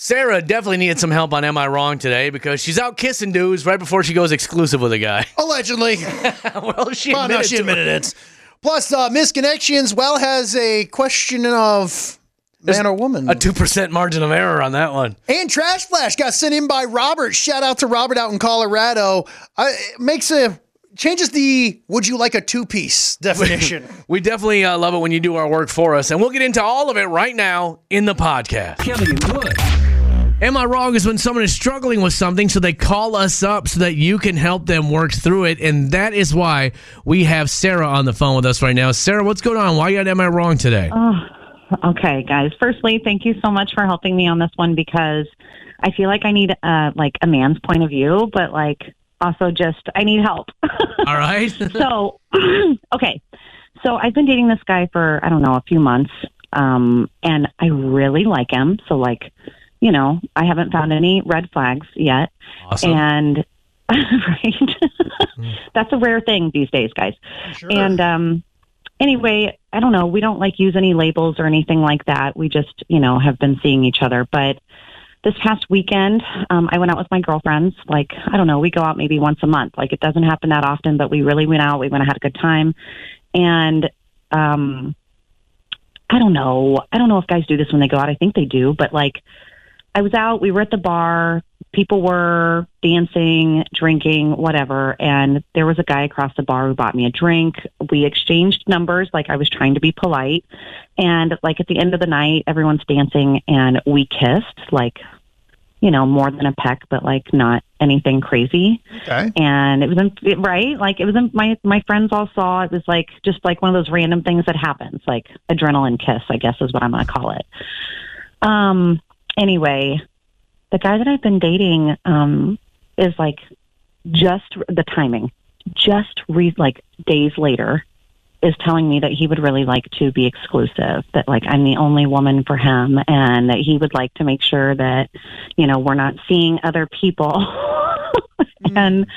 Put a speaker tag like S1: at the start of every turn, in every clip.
S1: Sarah definitely needed some help on Am I Wrong today because she's out kissing dudes right before she goes exclusive with a guy.
S2: Allegedly.
S1: well, she
S2: Well,
S1: admitted,
S2: no, she
S1: to
S2: admitted it. Plus, uh, misconnections, well, has a question of man or woman.
S1: A 2% margin of error on that one.
S2: and Trash Flash got sent in by Robert. Shout out to Robert out in Colorado. Uh, it makes a changes the would you like a two piece definition.
S1: We definitely uh, love it when you do our work for us, and we'll get into all of it right now in the podcast.
S3: Kelly and Wood.
S1: Am I wrong? Is when someone is struggling with something, so they call us up so that you can help them work through it, and that is why we have Sarah on the phone with us right now. Sarah, what's going on? Why you got Am I Wrong today?
S4: Okay, guys. Firstly, thank you so much for helping me on this one because I feel like I need uh, like a man's point of view, but like also just I need help.
S1: all right.
S4: so, okay. So I've been dating this guy for I don't know a few months, um, and I really like him. So like, you know, I haven't found any red flags yet.
S1: awesome.
S4: And right, that's a rare thing these days, guys. And um, anyway, I don't know. We don't like use any labels or anything like that. We just, you know, have been seeing each other. But this past weekend, um, I went out with my girlfriends. Like, I don't know, we go out maybe once a month. Like, it doesn't happen that often, but we really went out. We went and had a good time. And, um, I don't know. I don't know if guys do this when they go out. I think they do, but like, I was out. We were at the bar. People were dancing, drinking, whatever. And there was a guy across the bar who bought me a drink. We exchanged numbers. Like I was trying to be polite. And like at the end of the night, everyone's dancing and we kissed. Like, you know, more than a peck, but like not anything crazy.
S2: okay.
S4: And it was in, right. Like it was in, my my friends all saw. It was like just like one of those random things that happens. Like adrenaline kiss, I guess is what I'm going to call it. Um. Anyway, the guy that I've been dating um, is like just the timing, just re- like days later, is telling me that he would really like to be exclusive, that like I'm the only woman for him, and that he would like to make sure that you know we're not seeing other people, and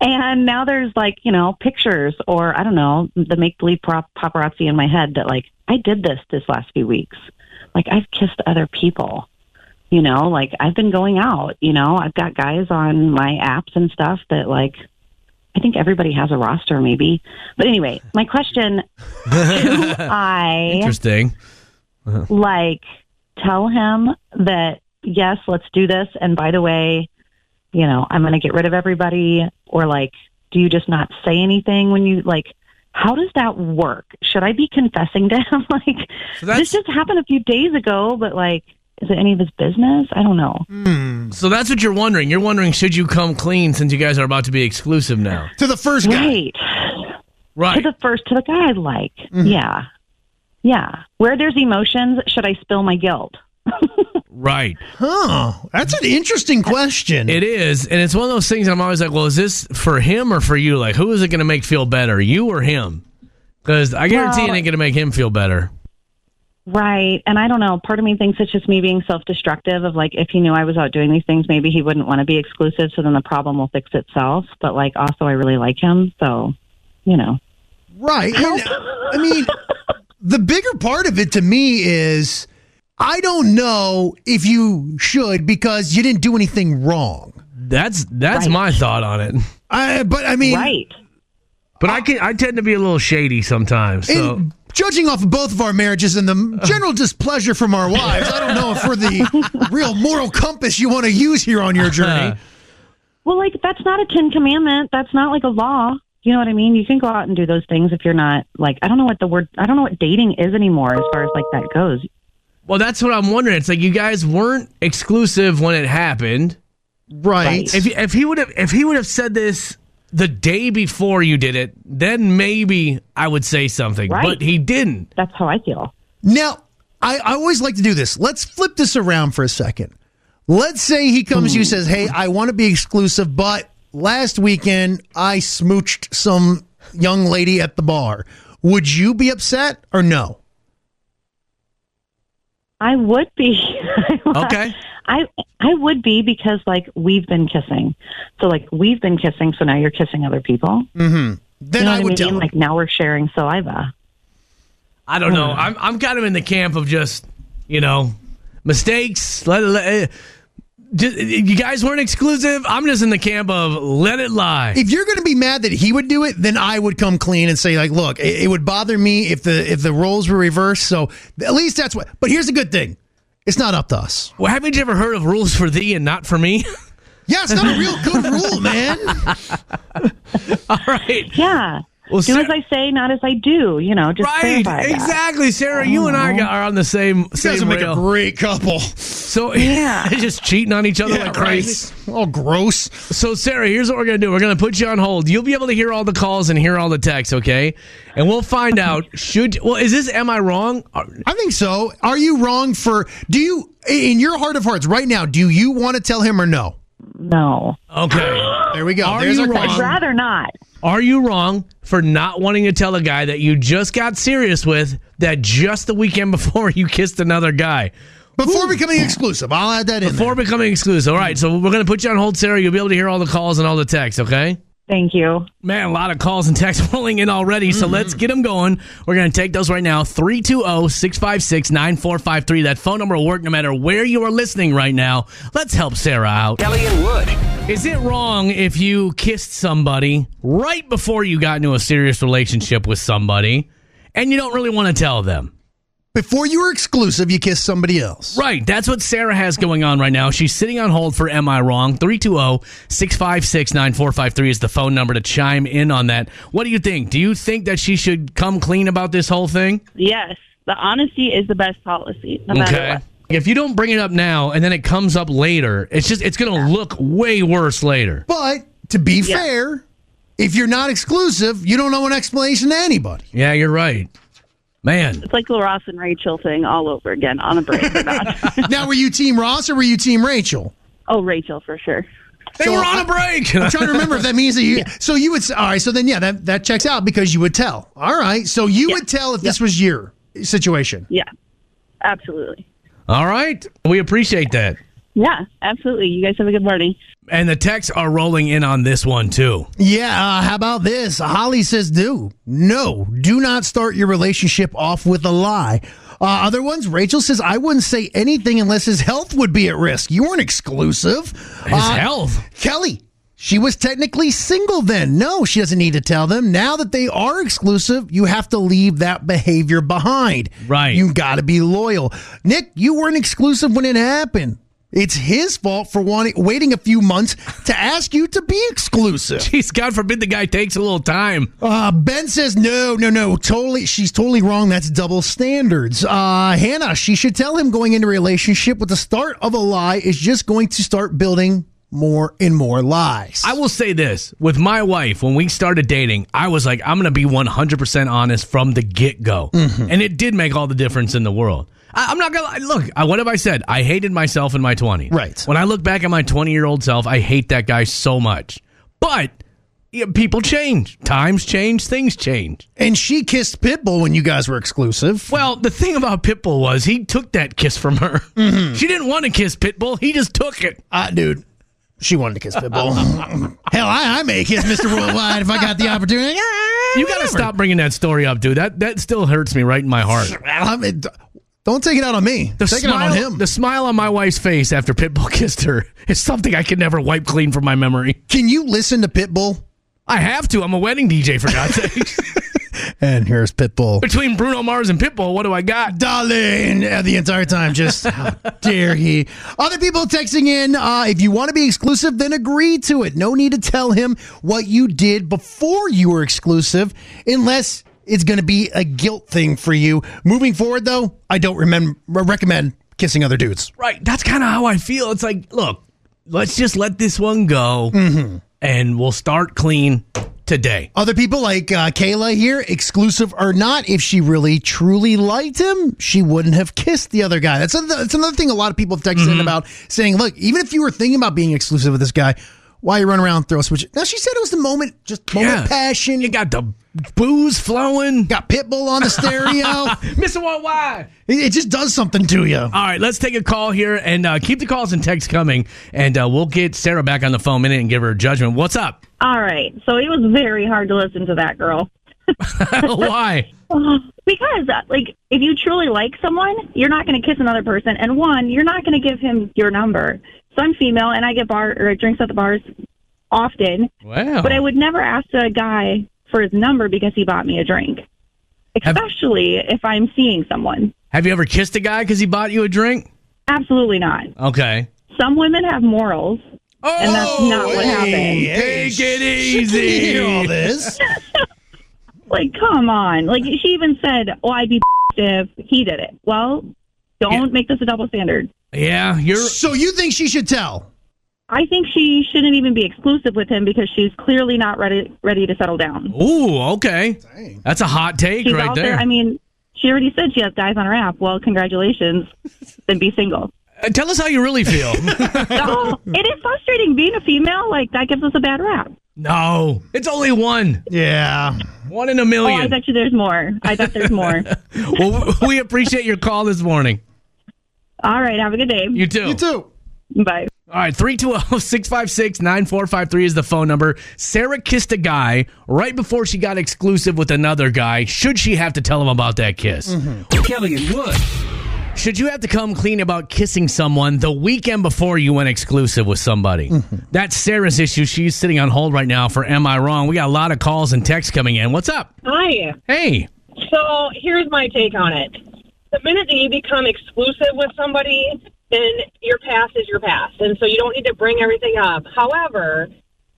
S4: and now there's like you know pictures or I don't know the make believe prop- paparazzi in my head that like I did this this last few weeks, like I've kissed other people you know like i've been going out you know i've got guys on my apps and stuff that like i think everybody has a roster maybe but anyway my question do i
S1: Interesting.
S4: like tell him that yes let's do this and by the way you know i'm going to get rid of everybody or like do you just not say anything when you like how does that work should i be confessing to him like
S1: So
S4: this
S1: that's
S4: just happened a few days ago but like is it any of his business i don't know
S1: Mm-hmm.
S2: Hmm.
S1: so that's what you're wondering. You're wondering should you come clean since you guys are about to be exclusive now,
S2: To the first guy.
S4: Right. To
S1: right? Mm-hmm.
S4: the first, to the guy I like. Yeah. Yeah. Where there's emotions, should I spill my guilt?
S1: Right.
S2: Huh. That's an interesting question.
S1: It is, and it's one of those things. I'm always like, well, is this for him or for you? Like, who is it going to make feel better, you or him? Because I guarantee
S4: Well-
S1: it ain't going to make him feel better.
S4: Right. And I don't know. Part of me thinks it's just me being self destructive of like, if he knew I was out doing these things, maybe he wouldn't want to be exclusive. So then the problem will fix itself. But like, also, I really like him. So, you know.
S2: Right. And, I mean, the bigger part of it to me is I don't know if you should because you didn't do anything wrong.
S1: That's that's
S4: Right.
S1: my thought on it.
S2: I, but I mean,
S4: Right.
S1: But I can I tend to be a little shady sometimes. So
S2: in, judging off of both of our marriages and the general displeasure from our wives, I don't know if we're the real moral compass you want to use here on your journey.
S4: Well, like, that's not a Ten Commandment. That's not like a law. You know what I mean? You can go out and do those things if you're not like, I don't know what the word, I don't know what dating is anymore as far as like that goes.
S1: well, that's what I'm wondering. It's like you guys weren't exclusive when it happened.
S2: Right.
S1: If if he would have if he would have said this the day before you did it, then maybe I would say something.
S4: Right.
S1: But he didn't.
S4: That's how I feel.
S2: Now, I, I always like to do this. Let's flip this around for a second. Let's say he comes to you says, Hey, I want to be exclusive, but last weekend I smooched some young lady at the bar. Would you be upset or no?
S4: I would be.
S1: Okay.
S4: I I would be because like we've been kissing, so like we've been kissing. So now you're kissing other people. You
S2: Then
S4: know
S2: Mm. I
S4: what
S2: would
S4: I
S2: tell
S4: mean?
S2: him.
S4: Like now we're sharing saliva.
S1: I don't know. I'm I'm kind of in the camp of just, you know, mistakes. Let, it- let it- just, you guys weren't exclusive. I'm just in the camp of let it lie.
S2: if you're going to be mad that he would do it, then I would come clean and say like, look, it, it would bother me if the if the roles were reversed. So at least that's what. But here's the good thing, it's not up to us.
S1: Well, haven't you ever heard of rules for thee and not for me?
S2: Yeah, it's not a real good rule, man.
S1: All right.
S4: Yeah.
S1: Well,
S4: Do
S1: Sarah-
S4: as I say, not as I do. You know, just
S1: Right,
S4: clarify that.
S1: exactly, Sarah. You and I are on the same
S2: You guys
S1: same
S2: would make a
S1: rail.
S2: great couple.
S1: So
S4: Yeah.
S1: they're just cheating on each other like crazy.
S2: All Oh, gross.
S1: So, Sarah, here's what we're going to do. We're going to put you on hold. You'll be able to hear all the calls and hear all the texts, okay? And we'll find out should well is this am I wrong? Are-
S2: I think so. Are you wrong for? Do you in your heart of hearts right now? Do you want to tell him or no?
S4: No.
S1: Um, Okay.
S2: There we go.
S1: Are
S2: There's
S1: you
S2: our
S1: wrong?
S2: question.
S4: Rather not.
S1: Are you wrong for not wanting to tell a guy that you just got serious with that just the weekend before you kissed another guy?
S2: Before becoming exclusive, I'll add that in. there.
S1: Before becoming exclusive. All right, so we're going to put you on hold, Sarah. You'll be able to hear all the calls and all the texts, okay?
S4: Thank you.
S1: Man, a lot of calls and texts rolling in already, so let's get them going. We're going to take those right now oh, 320 656 9453. That phone number will work no matter where you are listening right now. Let's help Sarah out.
S3: Kelly and Wood.
S1: Is it wrong if you kissed somebody right before you got into a serious relationship with somebody and you don't really want to tell them?
S2: Before you were exclusive, you kissed somebody else.
S1: Right. That's what Sarah has going on right now. She's sitting on hold for Am I Wrong? oh, 320 656 9453 is the phone number to chime in on that. What do you think? Do you think that she should come clean about this whole thing?
S5: Yes, the honesty is the best policy, no matter what.
S1: If you don't bring it up now and then it comes up later, it's just, it's going to look way worse later.
S2: But to be fair, if you're not exclusive, you don't owe an explanation to anybody.
S1: Yeah, you're right. Man.
S5: It's like the Ross and Rachel thing all over again on a break. or not.
S2: now, were you Team Ross or were you Team Rachel?
S5: oh, Rachel for sure.
S1: They
S2: So
S1: were on
S2: I-
S1: a break.
S2: I'm trying to remember if that means that you. So you would. s- All right. So then, yeah, that, that checks out because you would tell. All right. So you would tell if this was your situation.
S5: Yeah, absolutely.
S1: All right. We appreciate that.
S5: Yeah, absolutely. You guys have a good morning.
S1: And the texts are rolling in on this one, too.
S2: Yeah. Uh, how about this? Holly says, do. No, do not start your relationship off with a lie. Uh, other ones, Rachel says, I wouldn't say anything unless his health would be at risk. You weren't exclusive. Uh,
S1: His health.
S2: Kelly, she was technically single then. No, she doesn't need to tell them. Now that they are exclusive, you have to leave that behavior behind.
S1: Right.
S2: You got to be loyal. Nick, you weren't exclusive when it happened. It's his fault for wanting, waiting a few months to ask you to be exclusive.
S1: Jeez, God forbid the guy takes a little time.
S2: Uh, ben says no, no, no. Totally, she's totally wrong. That's double standards. Uh, Hannah, she should tell him going into a relationship with the start of a lie is just going to start building more and more lies.
S1: I will say this with my wife, when we started dating, I was like, I'm going to be 100% honest from the get go. And it did make all the difference in the world. I, I'm not going to look, I, what have I said? I hated myself in my 20s.
S2: Right.
S1: When I look back at my 20 year old self, I hate that guy so much. But yeah, people change, times change, things change.
S2: and she kissed Pitbull when you guys were exclusive.
S1: Well, the thing about Pitbull was he took that kiss from her. She didn't want to kiss Pitbull, he just took it.
S2: Uh, dude, she wanted to kiss Pitbull. Hell, I, I may kiss Mr. Worldwide if I got the opportunity.
S1: You got to stop bringing that story up, dude. That that still hurts me right in my heart.
S2: I mean, don't take it out on me.
S1: The
S2: take
S1: smile,
S2: it out on him.
S1: the smile on my wife's face after Pitbull kissed her is something I can never wipe clean from my memory.
S2: Can you listen to Pitbull?
S1: I have to. I'm a wedding DJ for God's sake.
S2: And here's Pitbull.
S1: Between Bruno Mars and Pitbull, what do I got?
S2: darling uh, the entire time just how dare he other people texting in uh, if you want to be exclusive then agree to it no need to tell him what you did before you were exclusive unless it's going to be a guilt thing for you moving forward though i don't remember recommend kissing other dudes
S1: Right. That's kind of how I feel. It's like, look, let's just let this one go, and we'll start clean today.
S2: other people like uh, Kayla here, exclusive or not, if she really truly liked him, she wouldn't have kissed the other guy. That's another, that's another thing a lot of people have texted in
S1: Mm-hmm.
S2: about saying, look, even if you were thinking about being exclusive with this guy, why you run around and throw a switch? Now she said it was the moment, just moment
S1: Yeah.
S2: of passion.
S1: You
S2: You got,
S1: got the booze flowing.
S2: got Pitbull on the stereo. it,
S1: Mr. Worldwide.
S2: it just does something to you.
S1: All right, let's take a call here and uh, keep the calls and texts coming, and uh, we'll get Sarah back on the phone in a minute and give her a judgment. What's up?
S5: All right. So it was very hard to listen to that girl.
S1: Why?
S5: Because, uh, like, if you truly like someone, you're not going to kiss another person. And one, you're not going to give him your number. So I'm female, and I get bar or drinks at the bars often,
S1: Wow.
S5: but I would never ask a guy for his number because he bought me a drink,
S1: Have-
S5: especially if I'm seeing someone.
S1: Have you ever kissed a guy because he bought you a drink?
S5: Absolutely not.
S1: Okay.
S5: Some women have morals.
S1: Oh,
S5: that's not what happened.
S1: Take it
S2: she didn't hear all
S1: easy.
S2: this.
S5: Like, come on. Like, she even said, "Oh, I'd be if he did it." Well, don't
S1: Yeah.
S5: make this a double standard.
S1: Yeah, you're.
S2: so you think she should tell?
S5: I think she shouldn't even be exclusive with him because she's clearly not ready ready to settle down.
S1: Ooh, okay. That's a hot take
S5: She's
S1: right
S5: out there.
S1: there.
S5: I mean, she already said she has guys on her app. Well, congratulations. then be single.
S1: Uh, Tell us how you really feel.
S5: Oh, it is frustrating being a female. Like that gives us a bad rap.
S1: no, it's only one.
S2: Yeah.
S1: One in a
S5: Oh, I
S1: million.
S5: bet you there's more. I bet there's more.
S1: well, we appreciate your call this morning.
S5: All right. Have a good day.
S1: You too.
S2: You too.
S5: Bye.
S1: All right, oh, 312 656 9453 is the phone number. Sarah kissed a guy right before she got exclusive with another guy. Should she have to tell him about that kiss?
S3: Kelly and Wood.
S1: Should you have to come clean about kissing someone the weekend before you went exclusive with somebody? That's Sarah's issue. She's sitting on hold right now for Am I Wrong? We got a lot of calls and texts coming in. What's up?
S6: Hi.
S1: Hey.
S6: So here's my take on it. The minute that you become exclusive with somebody, then your past is your past. And so you don't need to bring everything up. However,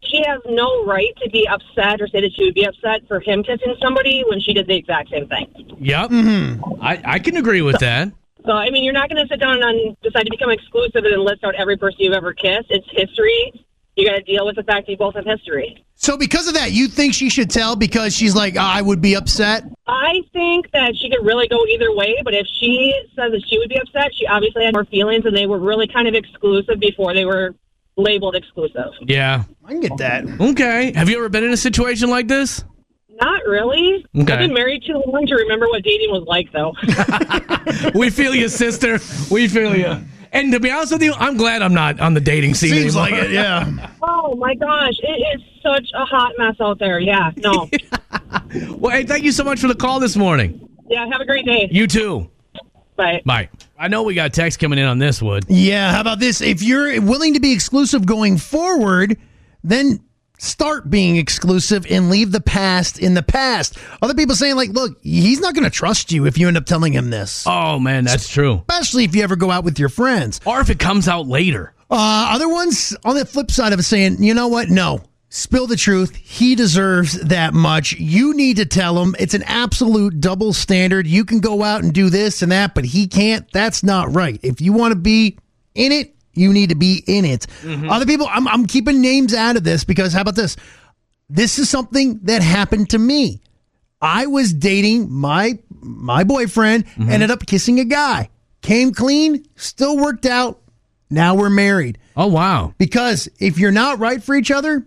S6: she has no right to be upset or say that she would be upset for him kissing somebody when she did the exact same thing.
S1: Yep. I, I can agree with that.
S6: So, I mean, you're not going to sit down and decide to become exclusive and list out every person you've ever kissed. It's history. You got to deal with the fact that you both have history.
S2: So because of that, you think she should tell because she's like, "Ah, I would be upset.
S6: I think that she could really go either way, but if she says that she would be upset, she obviously had more feelings and they were really kind of exclusive before they were labeled exclusive.
S1: Yeah.
S2: I can get that.
S1: Okay. Have you ever been in a situation like this?
S6: Not really.
S1: Okay.
S6: I've been married too long to remember what dating was like, though.
S1: We feel you, sister. We feel you. And to be honest with you, I'm glad I'm not on the dating scene
S2: Seems
S1: anymore.
S2: like it. Yeah.
S6: oh my gosh, it is such a hot mess out there. Yeah, no.
S1: Well, hey, thank you so much for the call this morning.
S6: yeah, have a great day.
S1: You too.
S6: Bye.
S1: Bye. I know we got text coming in on this, Wood.
S2: Yeah. How about this? If you're willing to be exclusive going forward, then start being exclusive and leave the past in the past. Other people saying like, look, he's not going to trust you if you end up telling him this.
S1: Oh, man, that's true.
S2: Especially if you ever go out with your friends.
S1: Or if it comes out later.
S2: Uh, other ones on the flip side of it saying, you know what? No, spill the truth. He deserves that much. You need to tell him. It's an absolute double standard. You can go out and do this and that, but he can't. That's not right. If you want to be in it, you need to be in it. Other people, I'm, I'm keeping names out of this because how about this? This is something that happened to me. I was dating my my boyfriend, ended up kissing a guy. Came clean, still worked out. Now we're married.
S1: Oh, wow.
S2: Because if you're not right for each other,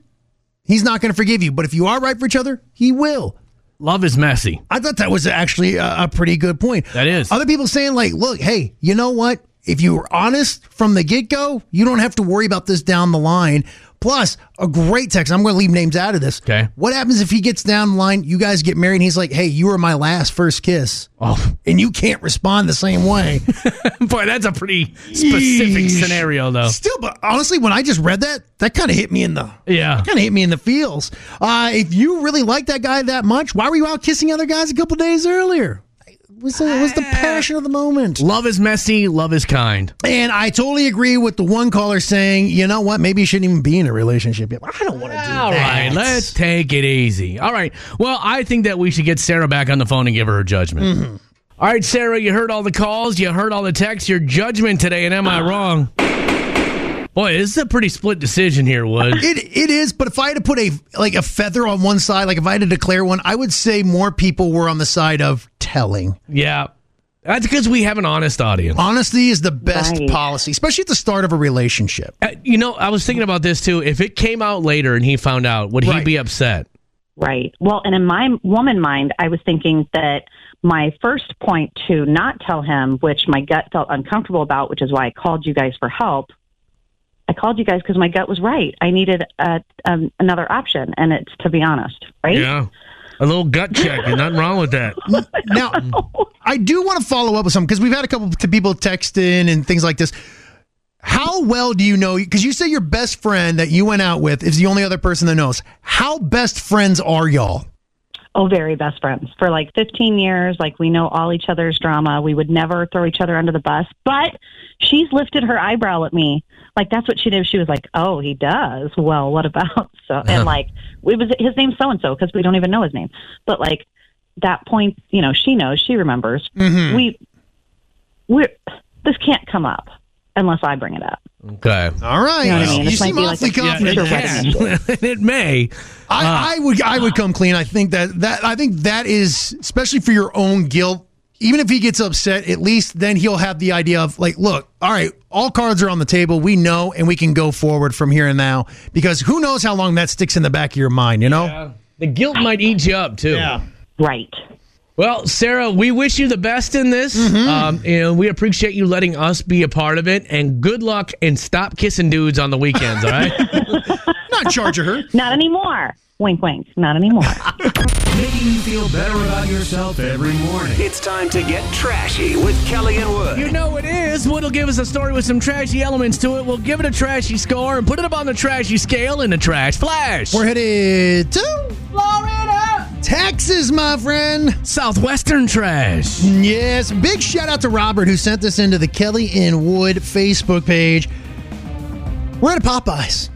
S2: he's not going to forgive you. But if you are right for each other, he will.
S1: Love is messy.
S2: I thought that was actually a, a pretty good point.
S1: That is.
S2: Other people saying, like, look, hey, you know what? If you were honest from the get go, you don't have to worry about this down the line. Plus, a great text. I'm going to leave names out of this.
S1: Okay.
S2: What happens if he gets down the line? You guys get married, and he's like, hey, you were my last first kiss,
S1: Oh,
S2: and you can't respond the same way.
S1: boy, that's a pretty specific
S2: Yeesh.
S1: scenario, though.
S2: Still, but honestly, when I just read that, that kind of hit me in the
S1: Yeah.
S2: kind of hit me in the feels. Uh, if you really like that guy that much, why were you out kissing other guys a couple days earlier? It was, it was the
S1: Ah.
S2: passion of the moment.
S1: Love is messy. Love is kind.
S2: And I totally agree with the one caller saying, you know what, maybe you shouldn't even be in a relationship yet. I don't want to do
S1: All
S2: that.
S1: right, let's take it easy. All right. Well, I think that we should get Sarah back on the phone and give her her judgment. All right, Sarah, you heard all the calls, you heard all the texts, your judgment today, and am I wrong? Boy, this is a pretty split decision here, Wood.
S2: It it is, but if I had to put a like a feather on one side, like if I had to declare one, I would say more people were on the side of telling.
S1: yeah. That's because we have an honest audience.
S2: Honesty is the best
S4: Right.
S2: policy, especially at the start of a relationship.
S1: Uh, You know, I was thinking about this too. If it came out later and he found out, would he
S2: Right.
S1: be upset?
S4: Right. Well, and in my woman mind, I was thinking that my first point to not tell him, which my gut felt uncomfortable about, which is why I called you guys for help. I called you guys because my gut was right. I needed a, um, another option, and it's to be honest, right?
S1: Yeah. A little gut check. There's nothing wrong with that.
S2: Now, I do want to follow up with some because we've had a couple of people text in and things like this. How well do you know? Because you say your best friend that you went out with is the only other person that knows. How best friends are y'all?
S4: Oh, very best friends for like 15 years. Like we know all each other's drama. We would never throw each other under the bus. But she's lifted her eyebrow at me. Like that's what she did. She was like, "Oh, he does. Well, what about so?" And like, it was his name's so and so because we don't even know his name. But like that point, you know, she knows. She remembers. We we this can't come up unless I bring it up.
S1: Okay.
S2: All right,
S4: You know what I mean?
S2: you
S4: This might
S2: seem
S4: be like
S2: awfully
S4: a- Yeah,
S2: confident.
S4: Sure, why
S1: it can. it may.
S2: I, I would I would come clean. I think that that I think that is especially for your own guilt. Even if he gets upset, at least then he'll have the idea of like, look, all right, all cards are on the table. We know, and we can go forward from here and now because who knows how long that sticks in the back of your mind, you know?
S1: The guilt might eat you up too. Yeah.
S4: Right.
S1: Well, Sarah, we wish you the best in this, um, and we appreciate you letting us be a part of it. And good luck, and stop kissing dudes on the weekends. All right.
S2: Not charge her.
S4: Not anymore. Wink, wink. Not anymore.
S3: Making you feel better about yourself every morning.
S7: It's time to get trashy with Kelly and Wood.
S1: You know it is. Wood'll give us a story with some trashy elements to it. We'll give it a trashy score and put it up on the trashy scale in the trash flash.
S2: We're headed to Florida, Texas, my friend.
S1: Southwestern trash.
S2: Yes, big shout out to Robert who sent this into the Kelly and Wood Facebook page. We're at a Popeyes.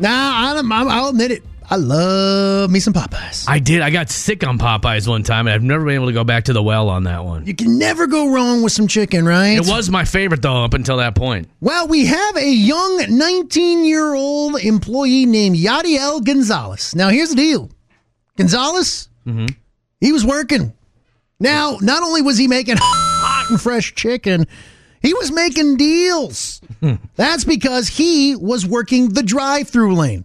S2: Nah, I'm, I'm, I'll admit it. I love me some Popeyes.
S1: I did. I got sick on Popeyes one time, and I've never been able to go back to the well on that one.
S2: You can never go wrong with some chicken, right?
S1: It was my favorite though up until that point.
S2: Well, we have a young 19 year old employee named Yadiel Gonzalez. Now, here's the deal Gonzalez, he was working. Now, not only was he making hot and fresh chicken, he was making deals. That's because he was working the drive through lane.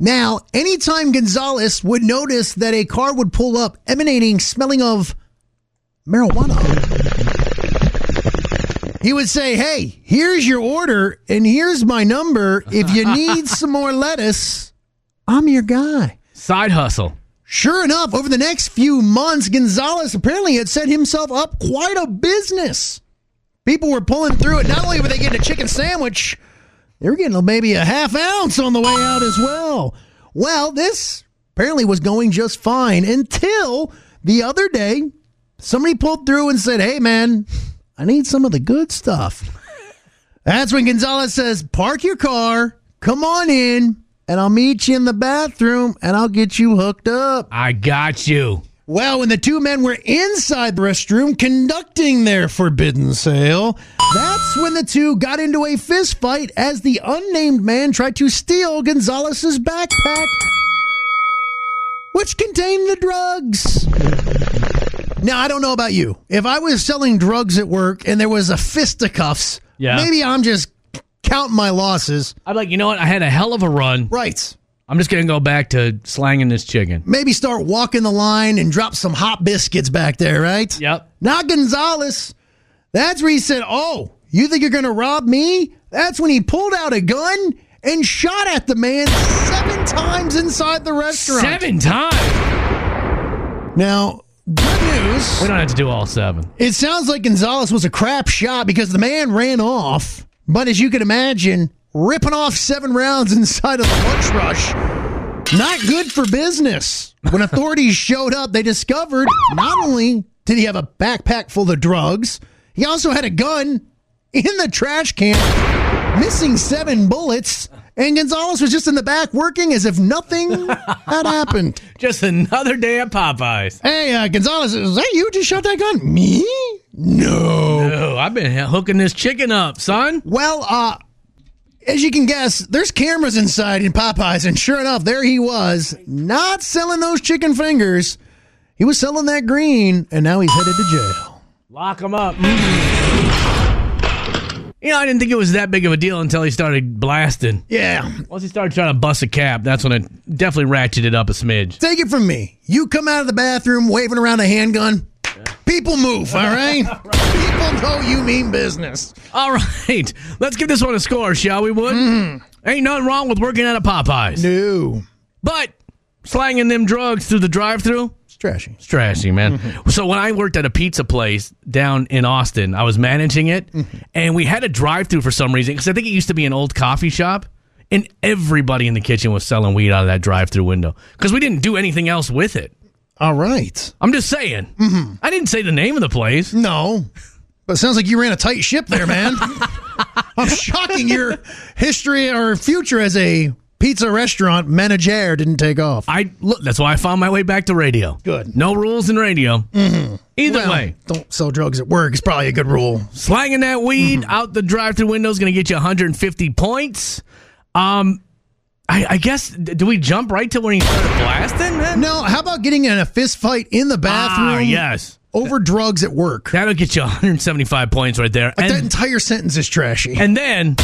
S2: Now, anytime Gonzalez would notice that a car would pull up emanating smelling of marijuana he would say, "Hey, here's your order, and here's my number. If you need some more lettuce, I'm your guy."
S1: Side hustle.
S2: Sure enough, over the next few months, Gonzalez apparently had set himself up quite a business. People were pulling through it. Not only were they getting a chicken sandwich, they were getting maybe a half ounce on the way out as well. Well, this apparently was going just fine until the other day, somebody pulled through and said, Hey, man, I need some of the good stuff. That's when Gonzalez says, Park your car, come on in, and I'll meet you in the bathroom and I'll get you hooked up.
S1: I got you.
S2: Well, when the two men were inside the restroom conducting their forbidden sale, that's when the two got into a fist fight as the unnamed man tried to steal Gonzalez's backpack, which contained the drugs. Now, I don't know about you. If I was selling drugs at work and there was a fisticuffs,
S1: Yeah.
S2: maybe I'm just counting my losses.
S1: I'm like, you know what? I had a hell of a run.
S2: Right.
S1: I'm just gonna go back to slanging this chicken.
S2: Maybe start walking the line and drop some hot biscuits back there, right?
S1: Yep.
S2: Not Gonzalez. That's where he said, Oh, you think you're going to rob me? That's when he pulled out a gun and shot at the man seven times inside the restaurant.
S1: Seven times.
S2: Now, good
S1: We
S2: news.
S1: don't have to do all seven.
S2: It sounds like Gonzalez was a crap shot because the man ran off. But as you can imagine, ripping off seven rounds inside of the lunch rush. Not good for business. When authorities showed up, they discovered not only did he have a backpack full of drugs, he also had a gun in the trash can, missing seven bullets, and Gonzalez was just in the back working as if nothing had happened.
S1: Just another day at Popeyes.
S2: Hey, uh, Gonzalez, is that you who just shot that gun? Me?
S1: Oh,
S2: No.
S1: I've been hooking this chicken up, son.
S2: Well, uh, as you can guess, there's cameras inside in Popeyes, and sure enough, there he was, not selling those chicken fingers. He was selling that green, and now he's headed to jail.
S1: Lock him up. You know, I didn't think it was that big of a deal until he started blasting.
S2: Yeah.
S1: Once he started trying to bust a cap, that's when it definitely ratcheted up a smidge.
S2: Take it from me. You come out of the bathroom waving around a handgun, people move, all right? People know you mean business.
S1: All right, let's give this one a Mm-hmm. score, shall we, Wood? Ain't nothing wrong with working at a Popeyes.
S2: No.
S1: But slanging them drugs through the drive-through.
S2: It's trashy.
S1: It's trashy, man.
S2: Mm-hmm.
S1: So when I worked at a pizza place down in Austin, I was managing it,
S2: Mm-hmm.
S1: and we had a drive-through for some reason because I think it used to be an old coffee shop, and everybody in the kitchen was selling weed out of that drive-through window because we didn't do anything else with it.
S2: All right.
S1: I'm just saying.
S2: Mm-hmm.
S1: I didn't say the name of the place.
S2: No. But it sounds like you ran a tight ship there, man. I'm shocking your history or future as a pizza restaurant manager didn't take off.
S1: I look. That's why I found my way back to radio.
S2: Good. Mm-hmm.
S1: No rules in radio. Either
S2: Well,
S1: way,
S2: Don't sell drugs at work is probably a good rule.
S1: slanging that weed out the drive-through window is going to get you 150 points. Um, I, I guess d- do we jump right to when he started blasting? Then?
S2: No, how about getting in a fist fight in the bathroom
S1: Ah, yes.
S2: over drugs at work?
S1: That'll get you 175 points right there.
S2: Like that
S1: And,
S2: entire sentence is trashy.
S1: and then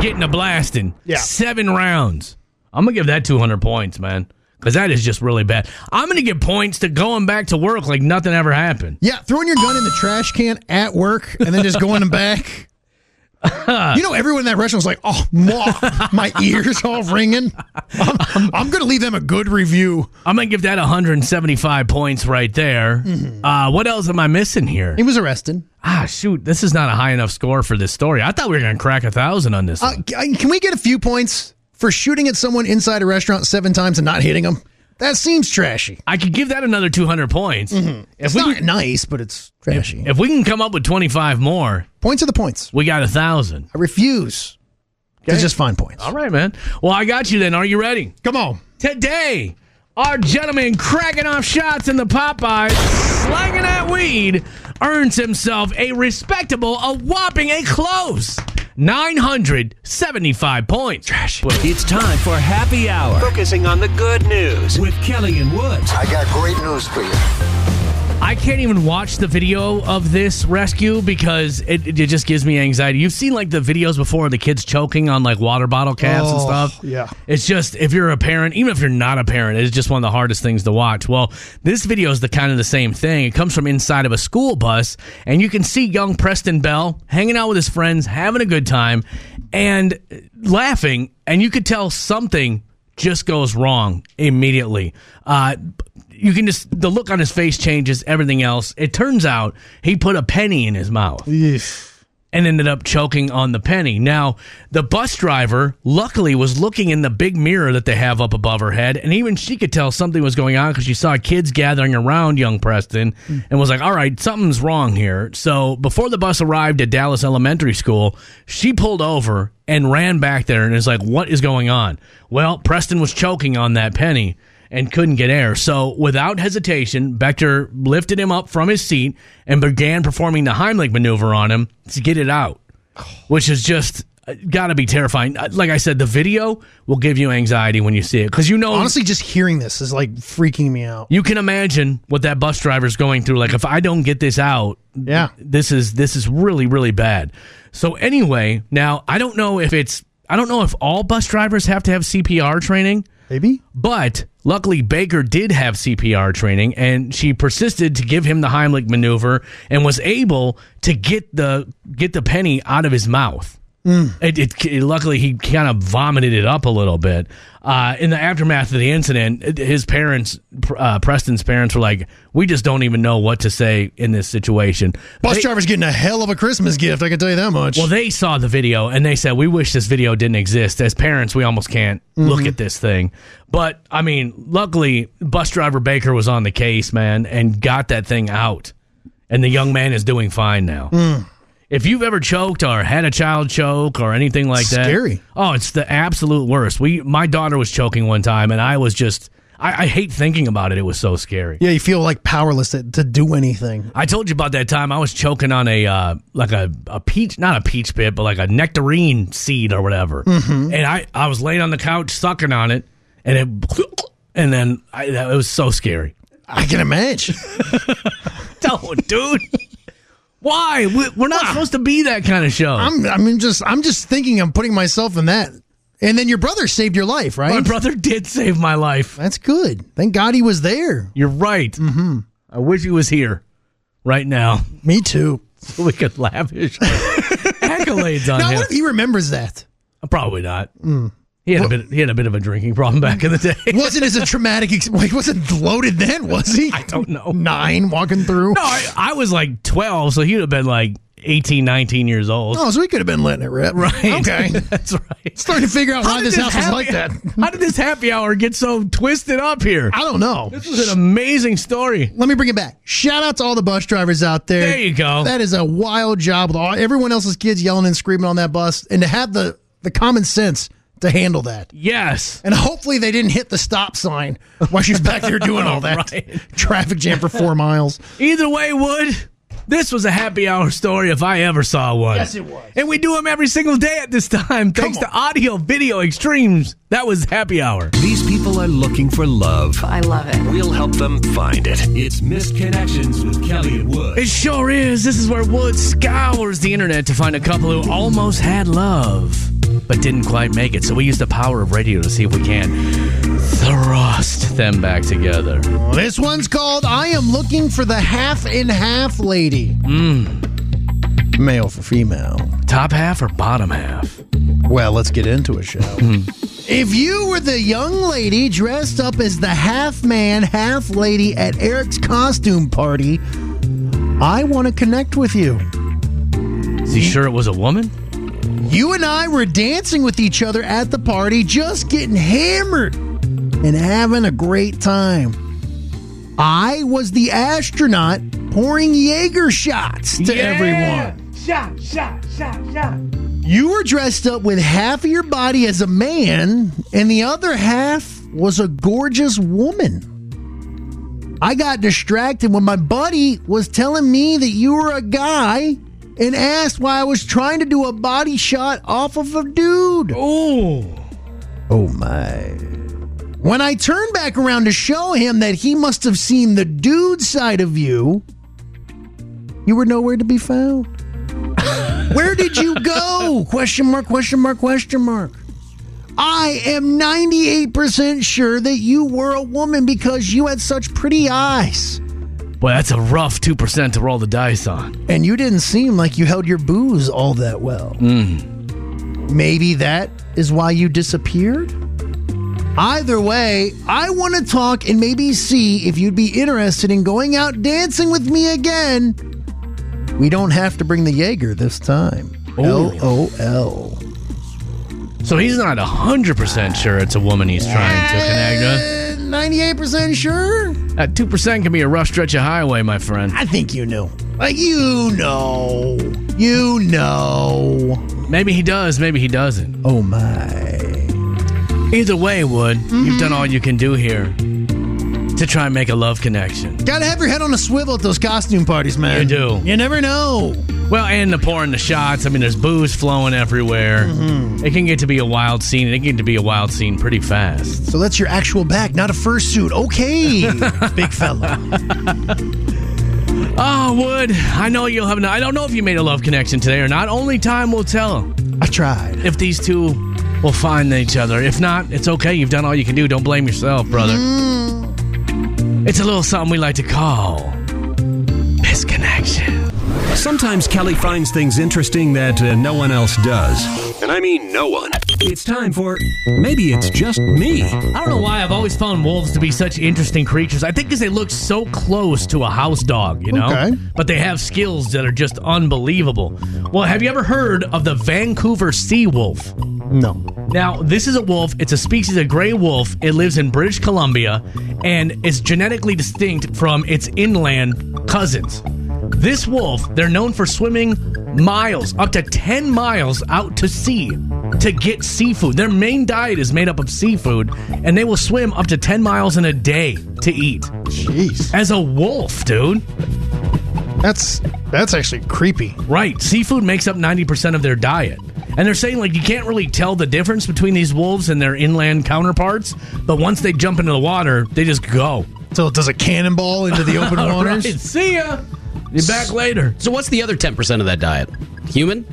S1: getting a blasting.
S2: Yeah.
S1: Seven rounds. I'm going to give that 200 points, man. Because that is just really bad. I'm going to give points to going back to work like nothing ever happened.
S2: Yeah, throwing your gun in the trash can at work and then just going and back. you know, everyone in that restaurant was like, "Oh, mwah, my ears all ringing." I'm, I'm going to leave them a good review.
S1: I'm going to give that 175 points right there. Uh, what else am I missing here?
S2: He was arrested.
S1: Ah, shoot. This is not a high enough score for this story. I thought we were going to crack a 1,000 on this
S2: Uh,
S1: one.
S2: c- can we get a few points for shooting at someone inside a restaurant seven times and not hitting them? That seems trashy.
S1: I could give that another 200 points.
S2: Mm-hmm. It's not nice, but it's trashy.
S1: If we can come up with 25 more,
S2: points are the points.
S1: we got a 1,000.
S2: I refuse to just find points.
S1: All right, man. Well, I got you then. Are you ready?
S2: Come on.
S1: Today, our gentleman cracking off shots in the Popeyes, slanging that weed, earns himself a respectable, a whopping, a close 975 points. Trash.
S7: It's time for happy hour. Focusing on the good news with Kelly and Woods.
S8: I got great news for you.
S1: I can't even watch the video of this rescue because it, it just gives me anxiety. You've seen like the videos before of the kids choking on like water bottle caps and
S2: Oh,
S1: stuff.
S2: yeah.
S1: It's just if you're a parent, even if you're not a parent, it's just one of the hardest things to watch. Well, this video is the kind of the same thing. It comes from inside of a school bus, and you can see young Preston Bell hanging out with his friends, having a good time, and laughing, and you could tell something just goes wrong immediately. Uh, you can just the look on his face changes everything else. It turns out he put a penny in his mouth and ended up choking on the penny. Now, the bus driver luckily was looking in the big mirror that they have up above her head, and even she could tell something was going on because she saw kids gathering around young Preston and was like, all right, something's wrong here. So before the bus arrived at Dallas Elementary School, she pulled over and ran back there and is like, what is going on? Well, Preston was choking on that penny and couldn't get air. So, without hesitation, Bechter lifted him up from his seat and began performing the Heimlich maneuver on him to get it out, which is just got to be terrifying. Uh, Like I said, the video will give you anxiety when you see it because you know.
S2: Honestly, just hearing this is like freaking me out.
S1: you can imagine what that bus driver's going through. Like, if I don't get this out,
S2: Yeah.
S1: this is this is really really bad. So anyway, now I don't know if it's I don't know if all bus drivers have to have CPR training.
S2: Maybe?
S1: But luckily, Baker did have CPR training, and she persisted to give him the Heimlich maneuver and was able to get the get the penny out of his mouth. It, it, it- luckily he kind of vomited it up a little bit. Uh, in the aftermath of the incident, it- his parents, uh, Preston's parents, were like, "We just don't even know what to say in this situation."
S2: Bus
S1: They-
S2: driver's getting a hell of a Christmas gift, I can tell you that much.
S1: well, they saw the video and they said, "We wish this video didn't exist." As parents, we almost can't look at this thing. But I mean, luckily, bus driver Baker was on the case, man, and got that thing out. And the young man is doing fine now. If you've ever choked or had a child choke or anything like that,
S2: Scary.
S1: Oh, it's the absolute worst. We, my daughter was choking one time, and I was just, I, I hate thinking about it. It was so scary.
S2: yeah, you feel like powerless to, to do anything.
S1: I told you about that time I was choking on a uh, like a, a peach, not a peach pit, but like a nectarine seed or whatever.
S2: Mm-hmm.
S1: And I, I was laying on the couch sucking on it, and it and then I, that, it was so scary.
S2: I can imagine.
S1: No, dude, why? We- We're not supposed to be that kind of show.
S2: I'm I mean just I'm just thinking I'm putting myself in that. And then your brother saved your life, right?
S1: My brother did save my life.
S2: That's good. Thank God he was there.
S1: You're right. Mm-hmm. I wish he was here right now
S2: Me too.
S1: so we could lavish accolades on
S2: Now Mm.
S1: him.
S2: what if he remembers that?
S1: Probably not. He had a bit. He had a bit of a drinking problem back in the day.
S2: Wasn't as a traumatic. Ex- well, he wasn't loaded then, was he? I
S1: don't know.
S2: Nine walking through.
S1: No, I, I was like 12, so he'd have been like 18, 19 years old.
S2: Oh, so he could have been letting it rip.
S1: Right.
S2: Okay.
S1: That's right.
S2: Starting to figure out
S1: How
S2: why
S1: did
S2: this house is
S1: happy-
S2: like that.
S1: How did this happy hour get so twisted up here?
S2: I don't know.
S1: This was an amazing story.
S2: Let me bring it back. Shout out to all the bus drivers out there.
S1: There you go.
S2: That is a wild job with all, everyone else's kids yelling and screaming on that bus, and to have the the common sense to handle that.
S1: Yes.
S2: And hopefully they didn't hit the stop sign while she's back there doing all that
S1: Right.
S2: traffic jam for four miles.
S1: Either way, Wood, this was a happy hour story if I ever saw one.
S2: Yes, it was.
S1: And we do them every single day at this time. Thanks to Audio Video Extremes. That was happy hour.
S7: These people are looking for love.
S8: I love it.
S7: We'll help them find it. It's Missed Connections with Kelly and Wood.
S1: It sure is. This is where Wood scours the internet to find a couple who almost had love, but didn't quite make it. So we use the power of radio to see if we can thrust them back together.
S2: This one's called I Am Looking for the Half and Half Lady.
S1: Mm.
S2: Male for female.
S1: Top half or bottom half?
S2: Well, let's get into it, shall we? If you were the young lady dressed up as the half man, half lady at Eric's costume party, I want to connect with you.
S1: Is he sure it was a woman?
S2: You and I were dancing with each other at the party, just getting hammered and having a great time. I was the astronaut pouring Jaeger shots to everyone.
S1: Shot, shot, shot, shot.
S2: You were dressed up with half of your body as a man, and the other half was a gorgeous woman. I got distracted when my buddy was telling me that you were a guy and asked why I was trying to do a body shot off of a dude.
S1: Ooh.
S2: Oh my. When I turned back around to show him that he must have seen the dude side of you, you were nowhere to be found. Where did you go? Question mark, question mark, question mark. I am 98% sure that you were a woman because you had such pretty eyes.
S1: Well, that's a rough 2% to roll the dice on.
S2: And you didn't seem like you held your booze all that well. Maybe that is why you disappeared? Either way, I want to talk and maybe see if you'd be interested in going out dancing with me again. We don't have to bring the Jaeger this time. LOL.
S1: So he's not 100% sure it's a woman he's trying to connect with.
S2: Eh, 98% sure?
S1: That 2% can be a rough stretch of highway, my friend.
S2: I think you knew. Like, you know. You know.
S1: Maybe he does, maybe he doesn't.
S2: Oh, my.
S1: Either way, Wood, you've done all you can do here to try and make a love connection.
S2: Gotta have your head on a swivel at those costume parties, man.
S1: You do.
S2: You never know.
S1: Well, and the pouring the shots. I mean, there's booze flowing everywhere. It can get to be a wild scene, and it can get to be a wild scene pretty fast.
S2: So that's your actual back, not a fursuit. Okay, big fella.
S1: Oh, Wood, I know you'll have. An, I don't know if you made a love connection today or not. Only time will tell
S2: I tried.
S1: if these two will find each other. If not, it's okay. You've done all you can do. Don't blame yourself, brother. It's a little something we like to call misconnection.
S7: Sometimes Kelly finds things interesting that uh, no one else does. And I mean no one. It's time for Maybe It's Just Me.
S1: I don't know why I've always found wolves to be such interesting creatures. I think because they look so close to a house dog, you know?
S2: Okay.
S1: But they have skills that are just unbelievable. Well, have you ever heard of the Vancouver sea wolf?
S2: No.
S1: Now, this is a wolf. It's a species of gray wolf. It lives in British Columbia and is genetically distinct from its inland cousins. This wolf, they're known for swimming miles, up to 10 miles out to sea to get seafood. Their main diet is made up of seafood, and they will swim up to 10 miles in a day to eat.
S2: Jeez,
S1: As a wolf, dude.
S2: that's that's actually creepy.
S1: Right. Seafood makes up 90% of their diet. And they're saying, like, you can't really tell the difference between these wolves and their inland counterparts, but once they jump into the water, they just go.
S2: So it does a cannonball into the open
S1: All right,
S2: waters.
S1: see ya. Be back later.
S9: So what's the other 10% of that diet? Human?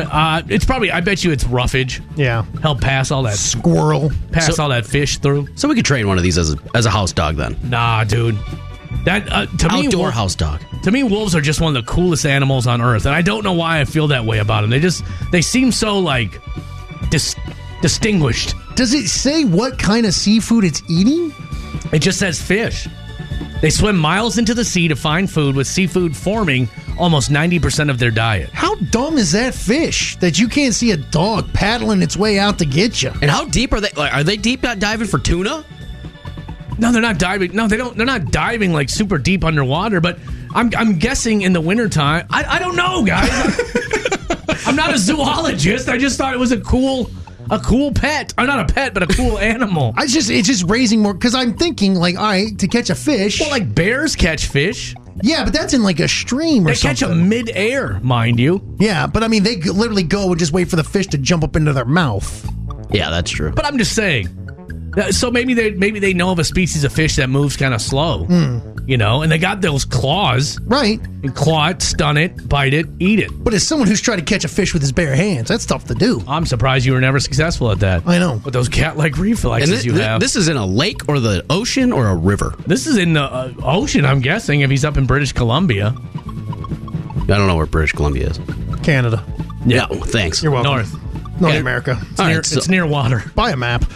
S1: Uh, it's probably, I bet you it's roughage.
S2: Yeah,
S1: Help pass all that,
S2: squirrel.
S1: pass
S9: So-
S1: all that fish through.
S9: So we could train one of these as a, as a house dog then.
S1: Nah, dude. That, uh, to me,
S9: Outdoor
S1: wol-
S9: house dog.
S1: To me, wolves are just one of the coolest animals on earth, and I don't know why I feel that way about them. They just they seem so like dis- distinguished.
S2: Does it say what kind of seafood it's eating?
S1: It just says fish. They swim miles into the sea to find food, with seafood forming almost 90% of their diet.
S2: How dumb is that fish that you can't see a dog paddling its way out to get you?
S9: And how deep are they? Like, are they deep not diving for tuna?
S1: No, they're not diving. No, they don't. They're not diving like super deep underwater. But I'm, I'm guessing in the wintertime. I, I don't know, guys. I'm not a zoologist. I just thought it was a cool, a cool pet. Or not a pet, but a cool animal.
S2: I just it's just raising more because I'm thinking like, all right, to catch a fish.
S1: Well, like bears catch fish.
S2: yeah, but that's in like a stream or
S1: They
S2: something.
S1: catch them midair, mind you.
S2: Yeah, but I mean, they g- literally go and just wait for the fish to jump up into their mouth.
S9: Yeah, that's true.
S1: But I'm just saying. Uh, So maybe they maybe they know of a species of fish that moves kind of slow,
S9: Hmm.
S1: you know, and they got those claws.
S2: Right.
S1: You claw it, stun it, bite it, eat it.
S2: But as someone who's trying to catch a fish with his bare hands, that's tough to do.
S1: I'm surprised you were never successful at that.
S2: I know.
S1: With those cat-like reflexes
S9: and thi- thi-
S1: you
S9: this,
S1: have.
S9: is in a lake or the ocean or a river.
S1: This is in the uh, ocean, I'm guessing, if he's up in British Columbia.
S9: I don't know where British Columbia is.
S2: Canada.
S9: Yeah, thanks.
S2: You're welcome.
S1: North.
S2: North
S9: Yeah.
S2: America.
S9: All
S1: Near-
S9: right, so,
S1: it's near water.
S2: Buy a map.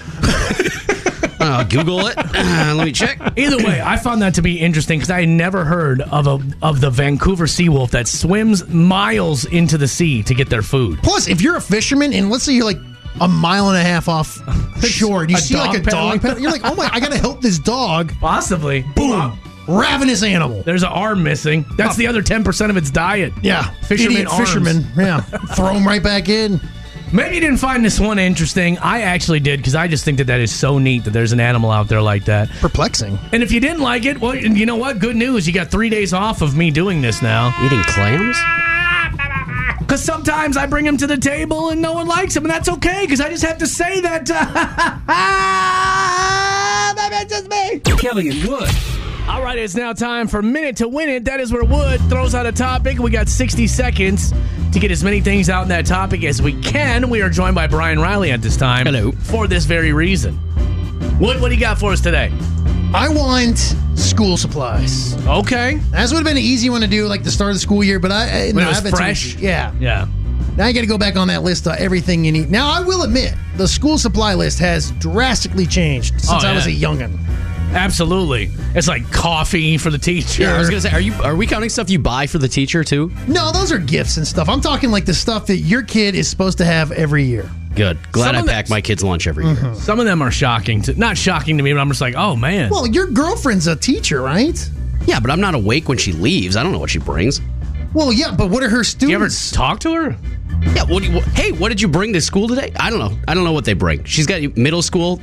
S9: uh, Google it. Uh, let me check.
S1: Either way, I found that to be interesting because I had never heard of a of the Vancouver seawolf that swims miles into the sea to get their food.
S2: Plus, if you're a fisherman and let's say you're like a mile and a half off shore, and you
S1: A
S2: see like a
S1: dog paddling?
S2: dog, paddle, you're like, oh my, I gotta help this dog.
S1: Possibly.
S2: Boom, ravenous animal.
S1: There's an arm missing. That's the other 10% of its diet.
S2: Yeah,
S1: Fisherman
S2: Idiot
S1: arms.
S2: fisherman. Yeah, throw him right back in.
S1: Maybe you didn't find this one interesting. I actually did because I just think that that is so neat that there's an animal out there like that.
S2: Perplexing.
S1: And if you didn't like it, well, you know what? Good news. You got three days off of me doing this now.
S9: Eating clams?
S1: Because sometimes I bring him to the table and no one likes him, and that's okay because I just have to say that. that's just me.
S7: Kelly and Wood.
S1: All right, it's now time for Minute to Win It. That is where Wood throws out a topic. We got 60 seconds to get as many things out in that topic as we can. We are joined by Brian Riley at this time.
S9: Hello.
S1: For this very reason. Wood, what do you got for us today?
S2: I want school supplies.
S1: Okay.
S2: That's would have been an easy one to do, like the start of the school year. But I, I
S1: When it was
S2: I've been too-
S1: fresh?
S2: yeah.
S1: Yeah.
S2: Now you got to go back on that list of everything you need. Now I will admit, the school supply list has drastically changed since
S1: Oh,
S2: I was a
S1: yeah.
S2: youngin.
S1: Absolutely. It's like coffee for the teacher.
S9: Yeah, I was gonna say, are you are we counting stuff you buy for the teacher too?
S2: No, those are gifts and stuff. I'm talking like the stuff that your kid is supposed to have every year.
S9: Good. Glad
S1: Some
S9: I
S1: of the-
S9: pack my kids lunch every year.
S1: Some of them are shocking to not shocking to me, but I'm just like, oh man.
S2: Well, your girlfriend's a teacher, right?
S9: Yeah, but I'm not awake when she leaves. I don't know what she brings.
S2: Well, yeah, but what are her
S1: you ever
S2: students?
S1: talk to her?
S9: Yeah. What do you, wh- hey, what did you bring to school today? I don't know. I don't know what they bring. She's got middle school,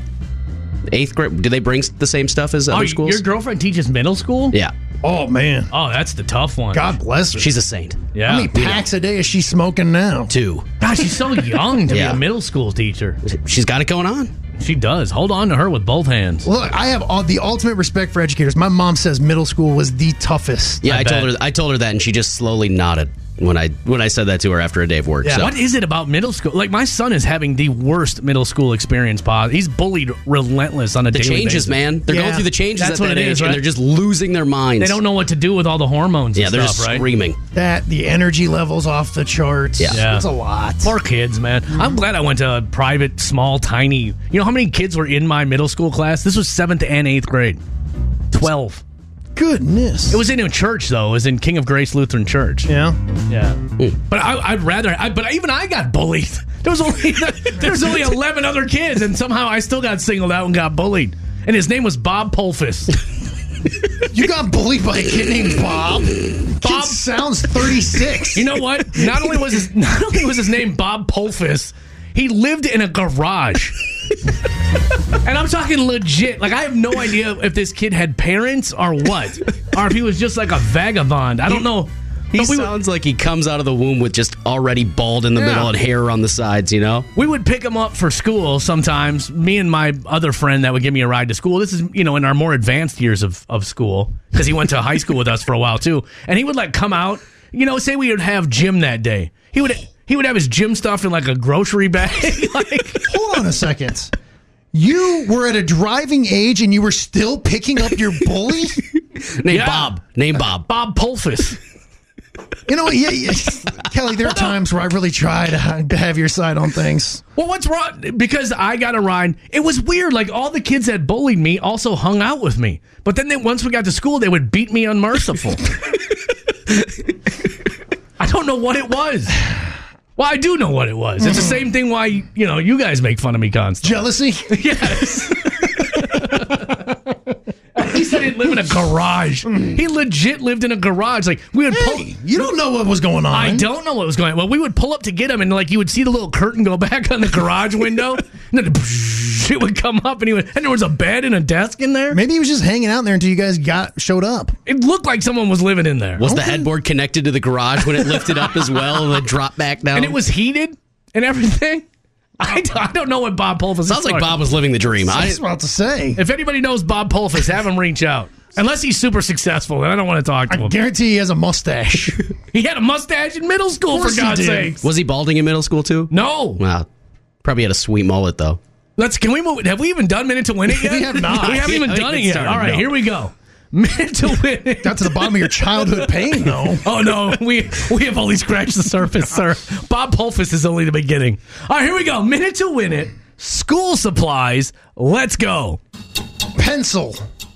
S9: eighth grade. Do they bring the same stuff as
S1: Oh,
S9: other
S1: y-
S9: schools?
S1: your girlfriend teaches middle school?
S9: yeah.
S2: oh man,
S1: Oh, that's the tough one.
S2: God bless her.
S9: She's a saint.
S1: Yeah.
S2: How many packs a day is she smoking now?
S9: Two.
S1: Gosh, she's so young to
S9: Yeah.
S1: be a middle school teacher.
S9: She's got it going on.
S1: She does. Hold on to her with both hands.
S2: Look, I have all, the ultimate respect for educators. My mom says middle school was the toughest.
S9: Yeah, I,
S1: I
S9: told
S1: bet.
S9: her. I told her that, and she just slowly nodded when I when I said that to her after a day of work. So.
S1: What is it about middle school? Like my son is having the worst middle school experience. Pause. He's bullied relentless on a
S9: The
S1: daily
S9: changes,
S1: basis.
S9: man. They're
S2: Yeah,
S9: going through the changes
S1: that's
S9: at that
S1: what it
S9: age,
S1: is, right?
S9: and they're just losing their minds.
S1: They don't know what to do with all the hormones.
S9: Yeah,
S1: and
S9: they're
S1: stuff,
S9: just
S1: right?
S9: screaming.
S2: That the energy levels off the charts.
S9: Yeah.
S1: Yeah.
S2: it's a lot.
S1: Poor kids, man. I'm glad I went to a private, small, tiny. You know how many kids were in my middle school class? This was seventh and eighth grade. Twelve.
S2: Goodness.
S1: It was in a church though. It was in King of Grace Lutheran Church.
S2: Yeah.
S1: Yeah.
S9: Hmm.
S1: But I, I'd rather. I, but even I got bullied. There was only there was only eleven other kids, and somehow I still got singled out and got bullied. And his name was Bob Polfus.
S2: You got bullied by a kid named Bob. Bob
S1: Bob-
S2: sounds 36.
S1: You know what? Not only was his not only was his name Bob Polfus, he lived in a garage. and I'm talking legit. Like I have no idea if this kid had parents or what, or if he was just like a vagabond. I don't know.
S9: He
S1: But we would-
S9: sounds like he comes out of the womb with just already bald in the
S2: Yeah.
S9: middle and hair on the sides. You know.
S1: we would pick him up for school sometimes. Me and my other friend that would give me a ride to school. This is, you know, in our more advanced years of, of school because he went to high school with us for a while too. And he would like come out, you know, say we would have gym that day. He would he would have his gym stuff in like a grocery bag. like,
S2: Hold on a second. You were at a driving age and you were still picking up your bully?
S9: Name
S1: Yeah.
S9: Bob. Name Bob.
S1: Bob Polfus.
S2: You know what? Yeah, yeah. Kelly, there are times where I really try to, to have your side on things.
S1: Well, what's wrong? Because I got a ride. It was weird. Like all the kids that bullied me also hung out with me. But then they, once we got to school, they would beat me unmerciful. I don't know what it was. Well, I do know what it was. It's the same thing. Why you know you guys make fun of me constantly?
S2: Jealousy?
S1: Yes. At least I didn't live in a garage. He legit lived in a garage. Like we would pull.
S2: Hey, you don't know what was going on.
S1: I don't know what was going on. Well, we would pull up to get him, and like you would see the little curtain go back on the garage window, and then it would come up, and he would, and there was a bed and a desk in there.
S2: Maybe he was just hanging out there until you guys got showed up.
S1: It looked like someone was living in there,
S9: Was the headboard connected to the garage when it lifted up as well? The drop back down.
S1: and it was heated and everything. I, d- I don't know what Bob Polfus.
S9: Sounds like Bob was living the dream. I,
S2: That's what I was about to say.
S1: If anybody knows Bob Polfus, have him reach out. Unless he's super successful, then I don't want to talk to
S2: I
S1: him.
S2: guarantee he has a mustache.
S1: He had a mustache in middle school,
S2: course
S1: for
S2: he
S1: God's
S2: did.
S1: sakes.
S9: was he balding in middle school too?
S1: No,
S9: Wow. Probably had a sweet mullet though.
S1: Let's can we move? Have we even done minute to win it yet?
S2: We have not.
S1: We haven't even
S9: We
S1: done
S9: haven't
S1: it yet.
S9: started,
S1: All right,
S9: no.
S1: here we go. Minute to win. It.
S2: Got to the bottom of your childhood pain, though.
S1: Oh no, we we have only scratched the surface, sir. Bob Polfus is only the beginning. All right, here we go. Minute to win it. School supplies. Let's go.
S2: Pencil.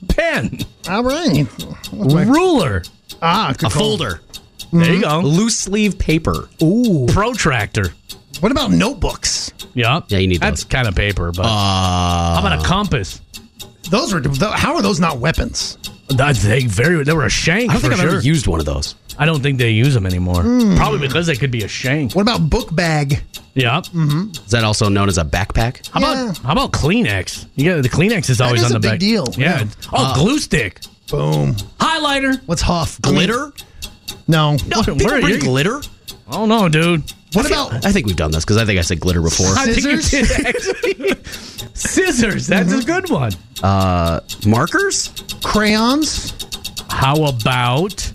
S1: Pen,
S2: All right. What's my-
S1: ruler.
S2: ah, good call.
S9: Folder.
S1: There you go.
S9: Loose sleeve paper.
S1: Protractor.
S2: What about notebooks?
S1: Yep.
S9: Yeah, you need
S1: That's
S9: those. Uh,
S1: kind of paper, but how about a compass?
S2: Those are. How are those not weapons?
S1: That's they very. They were a shank
S9: I
S1: for
S9: don't think I've
S1: sure.
S9: ever used Hmm. one of those.
S1: I don't think they use them anymore. Probably because they could be a shank.
S2: What about book bag?
S1: Yep.
S9: Is that also known as a backpack?
S1: How
S2: Yeah.
S1: about how about Kleenex? You got the Kleenex is always
S2: is
S1: on the
S2: a big
S1: back.
S2: deal,
S1: Yeah.
S2: yeah.
S9: Uh,
S1: Oh, glue stick,
S2: Boom.
S1: highlighter.
S2: What's Huff?
S9: Glitter?
S2: No.
S9: No,
S1: Where-
S9: people
S1: where are
S9: bring
S1: you-
S9: glitter?
S1: I don't know, dude.
S2: What about
S9: I think we've done this because I think I said glitter before.
S1: I think you
S2: Scissors?
S1: did actually. Mm-hmm. Scissors. That's a good one.
S9: Markers?
S2: crayons?
S1: How about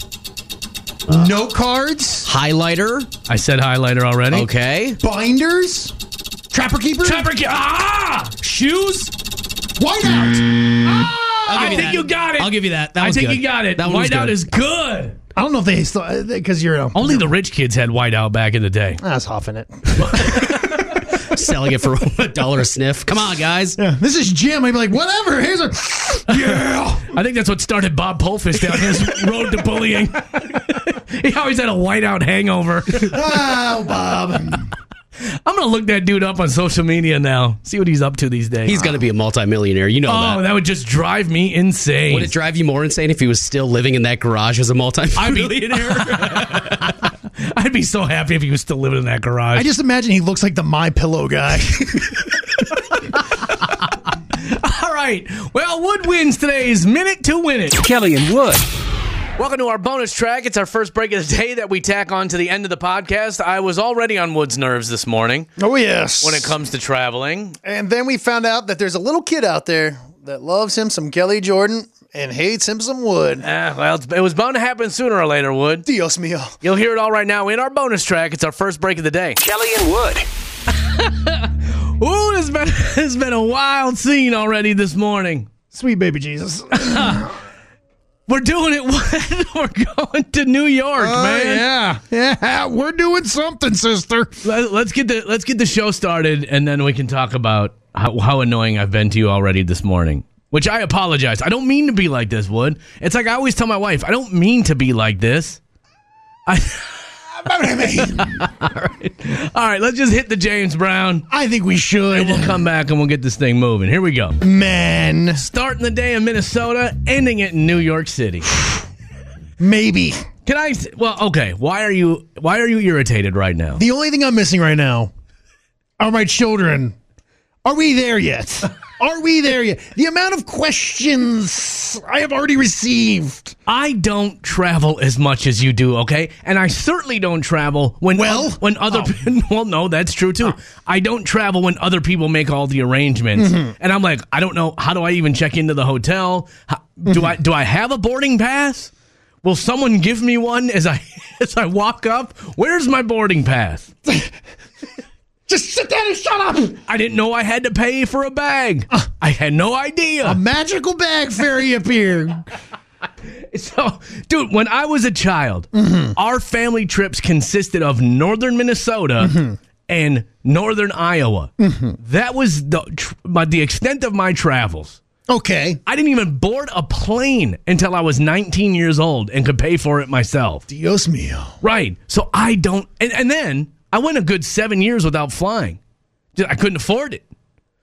S2: no cards?
S9: Highlighter?
S1: I said highlighter already?
S9: Okay.
S2: Binders? Trapper keeper?
S1: Trapper ca- ah shoes.
S2: Whiteout.
S1: I
S9: Mm. give you
S1: think
S9: that.
S1: you got it.
S9: I'll give you that. That
S1: I
S9: was
S1: think
S9: good.
S1: you got it.
S9: That one was
S1: Whiteout
S9: good.
S1: is good.
S2: I don't know if they still because you're uh, a
S1: Only the rich kids had whiteout back in the day.
S9: Ah.
S2: I was huffing it.
S9: Selling it for a dollar a sniff. Come on, guys.
S2: Yeah, this is Jim. I'd be like, whatever. Here's a yeah.
S1: I think that's what started Bob Polfus down his road to bullying. he always had a whiteout hangover.
S2: Oh, Bob.
S1: I'm gonna look that dude up on social media now. See what he's up to these days.
S9: He's going to be a multimillionaire. You know
S1: oh,
S9: that.
S1: that would just drive me insane.
S9: Would it drive you more insane if he was still living in that garage as a
S1: I'd be-
S9: multimillionaire?
S1: I'd be so happy if he was still living in that garage.
S2: I just imagine he looks like the My Pillow guy.
S1: All right. Well, Wood wins today's minute to win it.
S7: Kelly and Wood.
S1: Welcome to our bonus track. It's our first break of the day that we tack on to the end of the podcast. I was already on Wood's nerves this morning
S2: oh yes.
S1: when it comes to traveling.
S2: and then we found out that there's a little kid out there that loves him some Kelly Jordan and hates him some Wood.
S1: Ah, well, it's, it was bound to happen sooner or later, Wood.
S2: Dios mio.
S1: You'll hear it all right now in our bonus track. It's our first break of the day.
S7: Kelly and Wood.
S1: Ooh, it's been, it's been a wild scene already this morning.
S2: Sweet baby Jesus.
S1: We're doing it. Wood. We're going to New York, man.
S2: Oh, yeah, yeah. We're doing something, sister.
S1: Let, let's get the let's get the show started, and then we can talk about how, how annoying I've been to you already this morning. Which I apologize. I don't mean to be like this, Wood. It's like I always tell my wife, I don't mean to be like this. All right, let's just hit the James Brown,
S2: I think we
S1: and
S2: should.
S1: we'll come back and we'll get this thing moving. Here we go.
S2: Man,
S1: Starting the day in Minnesota, ending it in New York City.
S2: maybe.
S1: Can I? s- Well, okay. Why are you Why are you irritated right now?
S2: The only thing I'm missing right now are my children. Are we there yet? Are we there yet? The amount of questions I have already received.
S1: I don't travel as much as you do, okay? And I certainly don't travel when
S2: Well?
S1: when other people. Well, no, that's true too. I don't travel when other people make all the arrangements, and I'm like, I don't know how do I even check into the hotel? How, do I do I have a boarding pass? Will someone give me one as I as I walk up? Where's my boarding pass?
S2: Just sit down and shut up.
S1: I didn't know I had to pay for a bag. I had no idea.
S2: Magical bag fairy appeared.
S1: So, dude, when I was a child, our family trips consisted of northern Minnesota and northern Iowa. That was the tr- my, the extent of my travels.
S2: Okay.
S1: I didn't even board a plane until I was 19 years old and could pay for it myself.
S2: Dios mío.
S1: Right. So I don't. And, and then I went a good seven years without flying. Dude, I couldn't afford it.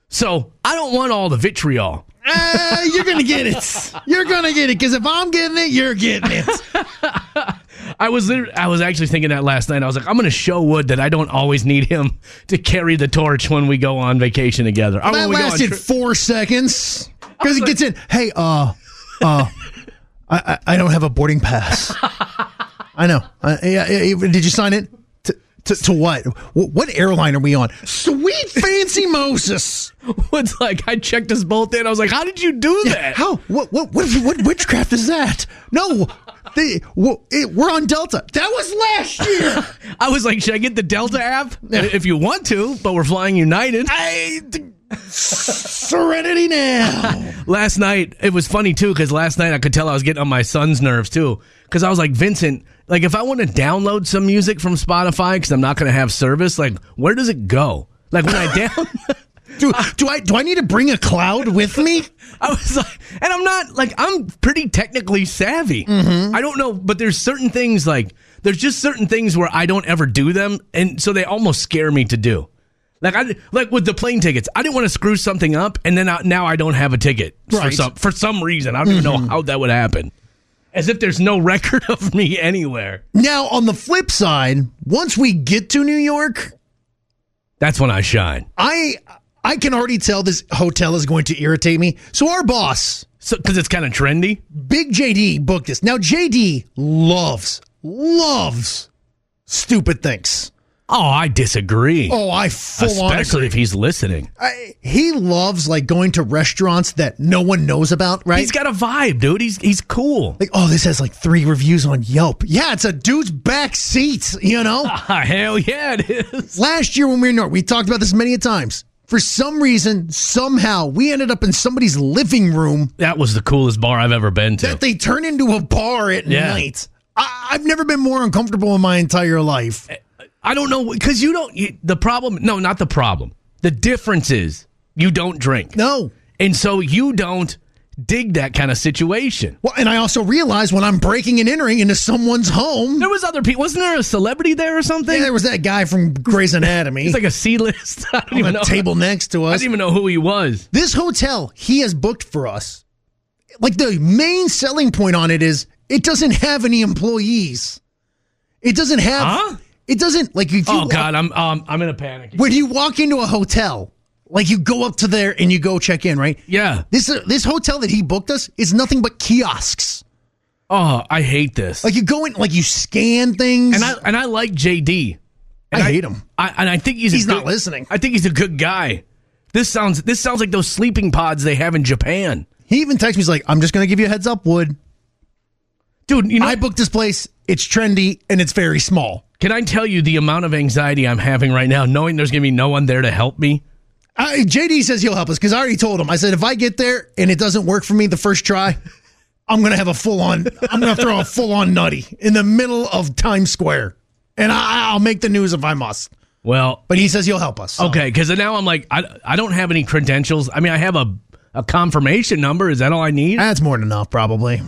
S1: So I don't want all the vitriol.
S2: Ah, you're gonna get it. You're gonna get it because if I'm getting it, you're getting it.
S1: I was literally, I was actually thinking that last night. I was like, I'm going to show Wood that I don't always need him to carry the torch when we go on vacation together. Or
S2: That
S1: when Oh, we go on
S2: lasted
S1: tri-
S2: four seconds because it gets in. Hey, uh, uh, I, I I don't have a boarding pass. I know. Uh, yeah, yeah, yeah, did you sign it? To, to, to what? Wh- What airline are we on? Sweet fancy Moses.
S1: Wood's like, I checked us both in. I was like, how did you do that?
S2: How? What? What? What? What witchcraft is that? No, they, wh- it, we're on Delta. That was last year.
S1: I was like, should I get the Delta app? If you want to, but we're flying United.
S2: I, Serenity now.
S1: last night it was funny too because last night i could tell i was getting on my son's nerves too because i was like vincent like if i want to download some music from spotify because i'm not going to have service like where does it go like when i down
S2: Do, do I do I need to bring a cloud with me?
S1: i was like and i'm not like i'm pretty technically savvy
S2: Mm-hmm.
S1: i don't know but there's certain things like there's just certain things where i don't ever do them and so they almost scare me to do like I like with the plane tickets, I didn't want to screw something up, and then I, now I don't have a ticket for
S2: Right. Mm-hmm.
S1: some for some reason. I don't even know how that would happen. As if there's no record of me anywhere.
S2: Now, on the flip side, once we get to New York,
S1: That's when I shine.
S2: I I can already tell this hotel is going to irritate me. So our boss,
S1: So because it's kind of trendy.
S2: Big JD, booked this. Now JD loves loves stupid things.
S1: Oh, I disagree.
S2: Oh, I full on.
S1: Especially if he's listening.
S2: I- He loves like going to restaurants that no one knows about, right?
S1: He's got a vibe, dude. He's he's cool.
S2: like, oh, this has like three reviews on Yelp. Yeah, it's a dude's back seat, you know?
S1: Ah, hell yeah, it is.
S2: Last year when we were in North, we talked about this many a times. For some reason, somehow, we ended up in somebody's living room
S1: That was the coolest bar I've ever been to.
S2: that they turn into a bar at
S1: Yeah.
S2: night. I, I've never been more uncomfortable in my entire life.
S1: Eh. I don't know because you don't. You, the problem, no, not the problem. The difference is you don't drink.
S2: No.
S1: And so you don't dig that kind of situation.
S2: Well, and I also realized when I'm breaking and entering into someone's home,
S1: There was other people. Wasn't there a celebrity there or something?
S2: yeah, there was that guy from Grey's Anatomy.
S1: He's like a C list. I don't
S2: on
S1: even
S2: the
S1: know.
S2: table next to
S1: I
S2: us.
S1: didn't even know who he was.
S2: This hotel he has booked for us. Like the main selling point on it is it doesn't have any employees. It doesn't have.
S1: Huh?
S2: It doesn't like if you.
S1: Oh God, I'm um, I'm in a panic.
S2: When you walk into a hotel, like you go up to there and you go check in, right?
S1: Yeah.
S2: This uh, this hotel that he booked us is nothing but kiosks.
S1: Oh, I hate this.
S2: Like you go in, like you scan things.
S1: and I and I like JD. And
S2: I hate him.
S1: I, and I think he's a
S2: He's not
S1: good-
S2: listening.
S1: I think he's a good guy. This sounds this sounds like those sleeping pods they have in Japan,
S2: he even texts me, he's like, "I'm just gonna give you a heads up, Wood.
S1: dude. You know,
S2: I booked this place. It's trendy and it's very small.
S1: Can I tell you the amount of anxiety I'm having right now, knowing there's going to be no one there to help me?
S2: I, JD says he'll help us because I already told him. I said if I get there and it doesn't work for me the first try, I'm gonna have a full on. I'm gonna throw a full on nutty in the middle of Times Square, and I, I'll make the news if I must.
S1: Well,
S2: But he says he'll help us. so.
S1: okay, because now I'm like, I, I don't have any credentials. I mean, I have a, a confirmation number. Is that all I need?
S2: That's more than enough, probably.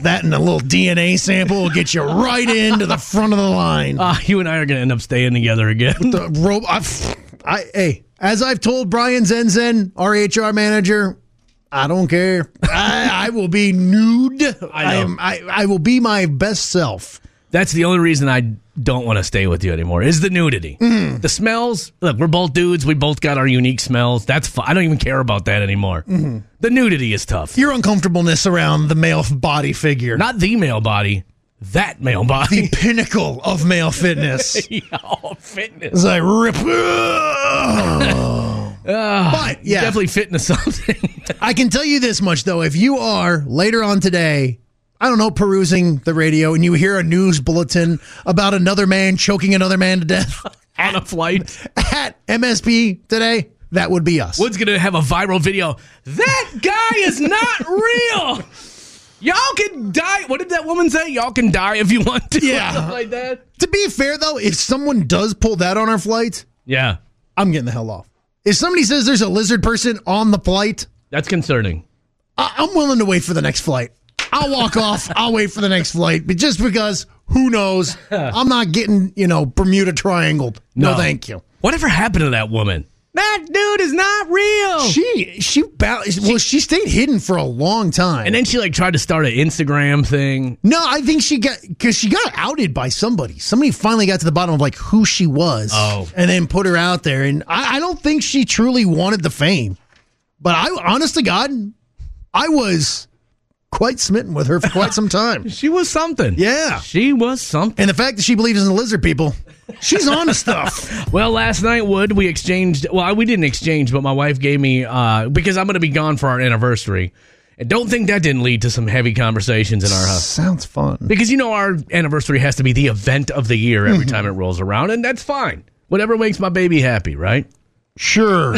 S2: that and a little DNA sample will get you right into the front of the line.
S1: Ah, you and I are going to end up staying together again.
S2: the rope. I, I, hey, as I've told Brian Zenzen, our HR manager, I don't care. I, I will be nude. I,
S1: know.
S2: am, I, I will be my best self.
S1: That's the only reason I don't want to stay with you anymore is the nudity.
S2: Mm-hmm.
S1: The smells. Look, we're both dudes. We both got our unique smells. That's fine. I don't even care about that anymore.
S2: Mm-hmm.
S1: The nudity is tough.
S2: Your uncomfortableness around the male body figure,
S1: Not the male body, that male
S2: the
S1: body.
S2: pinnacle of male fitness.
S1: yeah, all fitness.
S2: As I rip. but yeah,
S1: Ah, Definitely fitness something.
S2: I can tell you this much though: if you are later on today, I don't know, perusing the radio and you hear a news bulletin about another man choking another man to death
S1: on a flight.
S2: at MSP today, that would be us.
S1: Wood's gonna have a viral video. That guy is not real. Y'all can die. What did that woman say? Y'all can die if you want to.
S2: Yeah.
S1: Something like that.
S2: To be fair though, if someone does pull that on our flight,
S1: Yeah,
S2: I'm getting the hell off. If somebody says there's a lizard person on the flight,
S1: that's concerning.
S2: I- I'm willing to wait for the next flight. I'll walk off. I'll wait for the next flight, but just because who knows? I'm not getting you know Bermuda triangled. No, thank you.
S1: Whatever happened to that woman? That dude is not real.
S2: She she bounced. Well, she stayed hidden for a long time.
S1: and then she like tried to start an Instagram thing.
S2: no, I think she got because she got outed by somebody. Somebody finally got to the bottom of like who she was.
S1: Oh.
S2: and then put her out there. And I, I don't think she truly wanted the fame. But I, honest to God, I was quite smitten with her for quite some time.
S1: She was something.
S2: Yeah.
S1: She was something.
S2: And the fact that she believes in the lizard people, she's on to stuff.
S1: Well, last night, Wood, we exchanged. Well, I- we didn't exchange, but my wife gave me uh, because I'm going to be gone for our anniversary. And don't think that didn't lead to some heavy conversations in our house.
S2: Sounds fun.
S1: Because you know our anniversary has to be the event of the year every time it rolls around, and that's fine. Whatever makes my baby happy, right?
S2: Sure.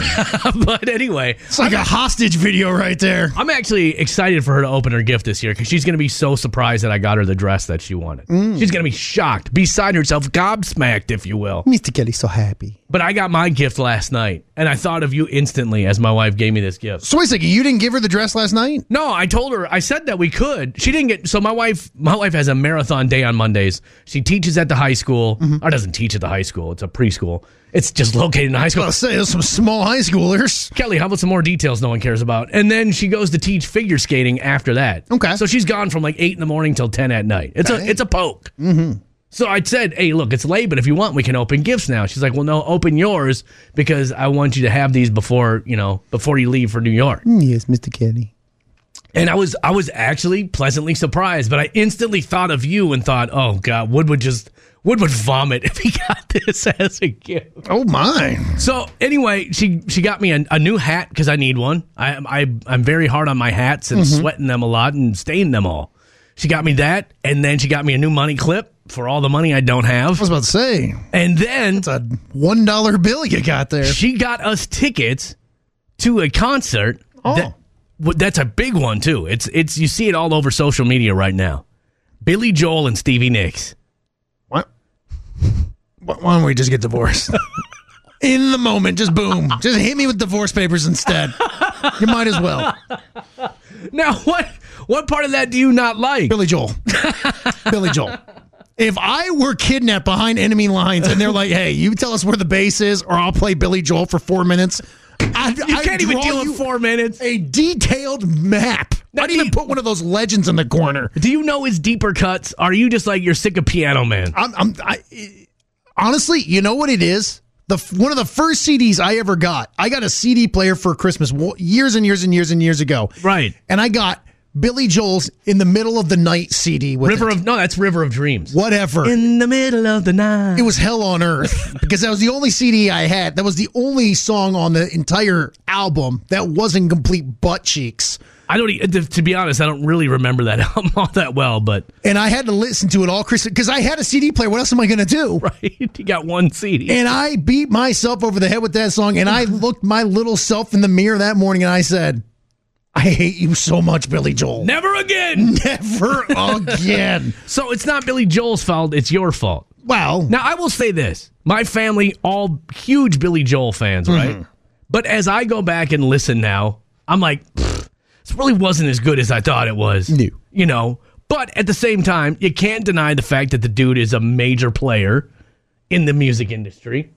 S1: but anyway,
S2: It's like a hostage video right there.
S1: I'm actually excited for her to open her gift this year because she's going to be so surprised that I got her the dress that she wanted. She's going to be shocked, beside herself, gobsmacked, if you will.
S2: Mr. Kelly's so happy.
S1: But I got my gift last night, and I thought of you instantly as my wife gave me this gift.
S2: So wait a second, you didn't give her the dress last night?
S1: No, I told her. I said that we could. She didn't get. So my wife, my wife has a marathon day on Mondays. She teaches at the high school. Or doesn't teach at the high school. It's a preschool. It's just located in the high school.
S2: I'll say there's some small high schoolers.
S1: Kelly, how about some more details no one cares about? And then she goes to teach figure skating after that.
S2: Okay.
S1: So she's gone from like eight in the morning till ten at night. It's a it's a poke. Mm-hmm. So I said, hey, look, it's late, but if you want, we can open gifts now. She's like, well, no, open yours because I want you to have these before you know before you leave for New York.
S2: Yes, Mr. Kelly.
S1: And I was I was actually pleasantly surprised, but I instantly thought of you and thought, oh God, Wood would just Wood would vomit if he got this as a gift.
S2: Oh my.
S1: So anyway, she she got me a, a new hat because I need one. I, I I'm very hard on my hats and
S2: Mm-hmm.
S1: sweating them a lot and staining them all. She got me that, and then she got me a new money clip for all the money I don't
S2: I was
S1: have.
S2: about to say,
S1: And then
S2: it's a one dollar bill you got there.
S1: she got us tickets to a concert.
S2: Oh.
S1: that- w- that's a big one too. It's it's you see it all over social media right now. Billy Joel and Stevie Nicks.
S2: What? Why why don't we just get divorced? In the moment, just boom. Just hit me with divorce papers instead. You might as well.
S1: Now what what part of that do you not like?
S2: Billy Joel. Billy Joel. If I were kidnapped behind enemy lines and they're like, "Hey, you tell us where the base is, or I'll play Billy Joel for four minutes," I'd,
S1: You
S2: I'd
S1: can't even
S2: draw
S1: deal
S2: you
S1: with four minutes.
S2: a detailed map.
S1: Now,
S2: I'd
S1: do
S2: even
S1: you-
S2: put one of those legends in the corner.
S1: Do you know his deeper cuts? Are you just like you're sick of Piano Man?
S2: I'm, I'm I, honestly, you know what it is. The f- one of the first CDs I ever got. I got a CD player for Christmas wo- years and years and years and years ago.
S1: Right.
S2: And I got Billy Joel's "In the Middle of the Night" CD with
S1: River
S2: it.
S1: of no, that's River of Dreams.
S2: whatever.
S1: In the middle of the night.
S2: it was hell on earth because that was the only CD I had. That was the only song on the entire album that wasn't complete butt cheeks.
S1: I don't. e- To, to be honest, I don't really remember that album all that well. But
S2: And I had to listen to it all Christmas because I had a CD player. What else am I going to do?
S1: right, you got one CD.
S2: And I beat myself over the head with that song. And I looked my little self in the mirror that morning and I said, I hate you so much, Billy Joel.
S1: Never again.
S2: Never again.
S1: So it's not Billy Joel's fault. It's your fault.
S2: Wow.
S1: Now I will say this: my family, all huge Billy Joel fans,
S2: Mm-hmm.
S1: right? But as I go back and listen now, I'm like, "Pfft, this really wasn't as good as I thought it was.
S2: No.
S1: you know. But at the same time, you can't deny the fact that the dude is a major player in the music industry.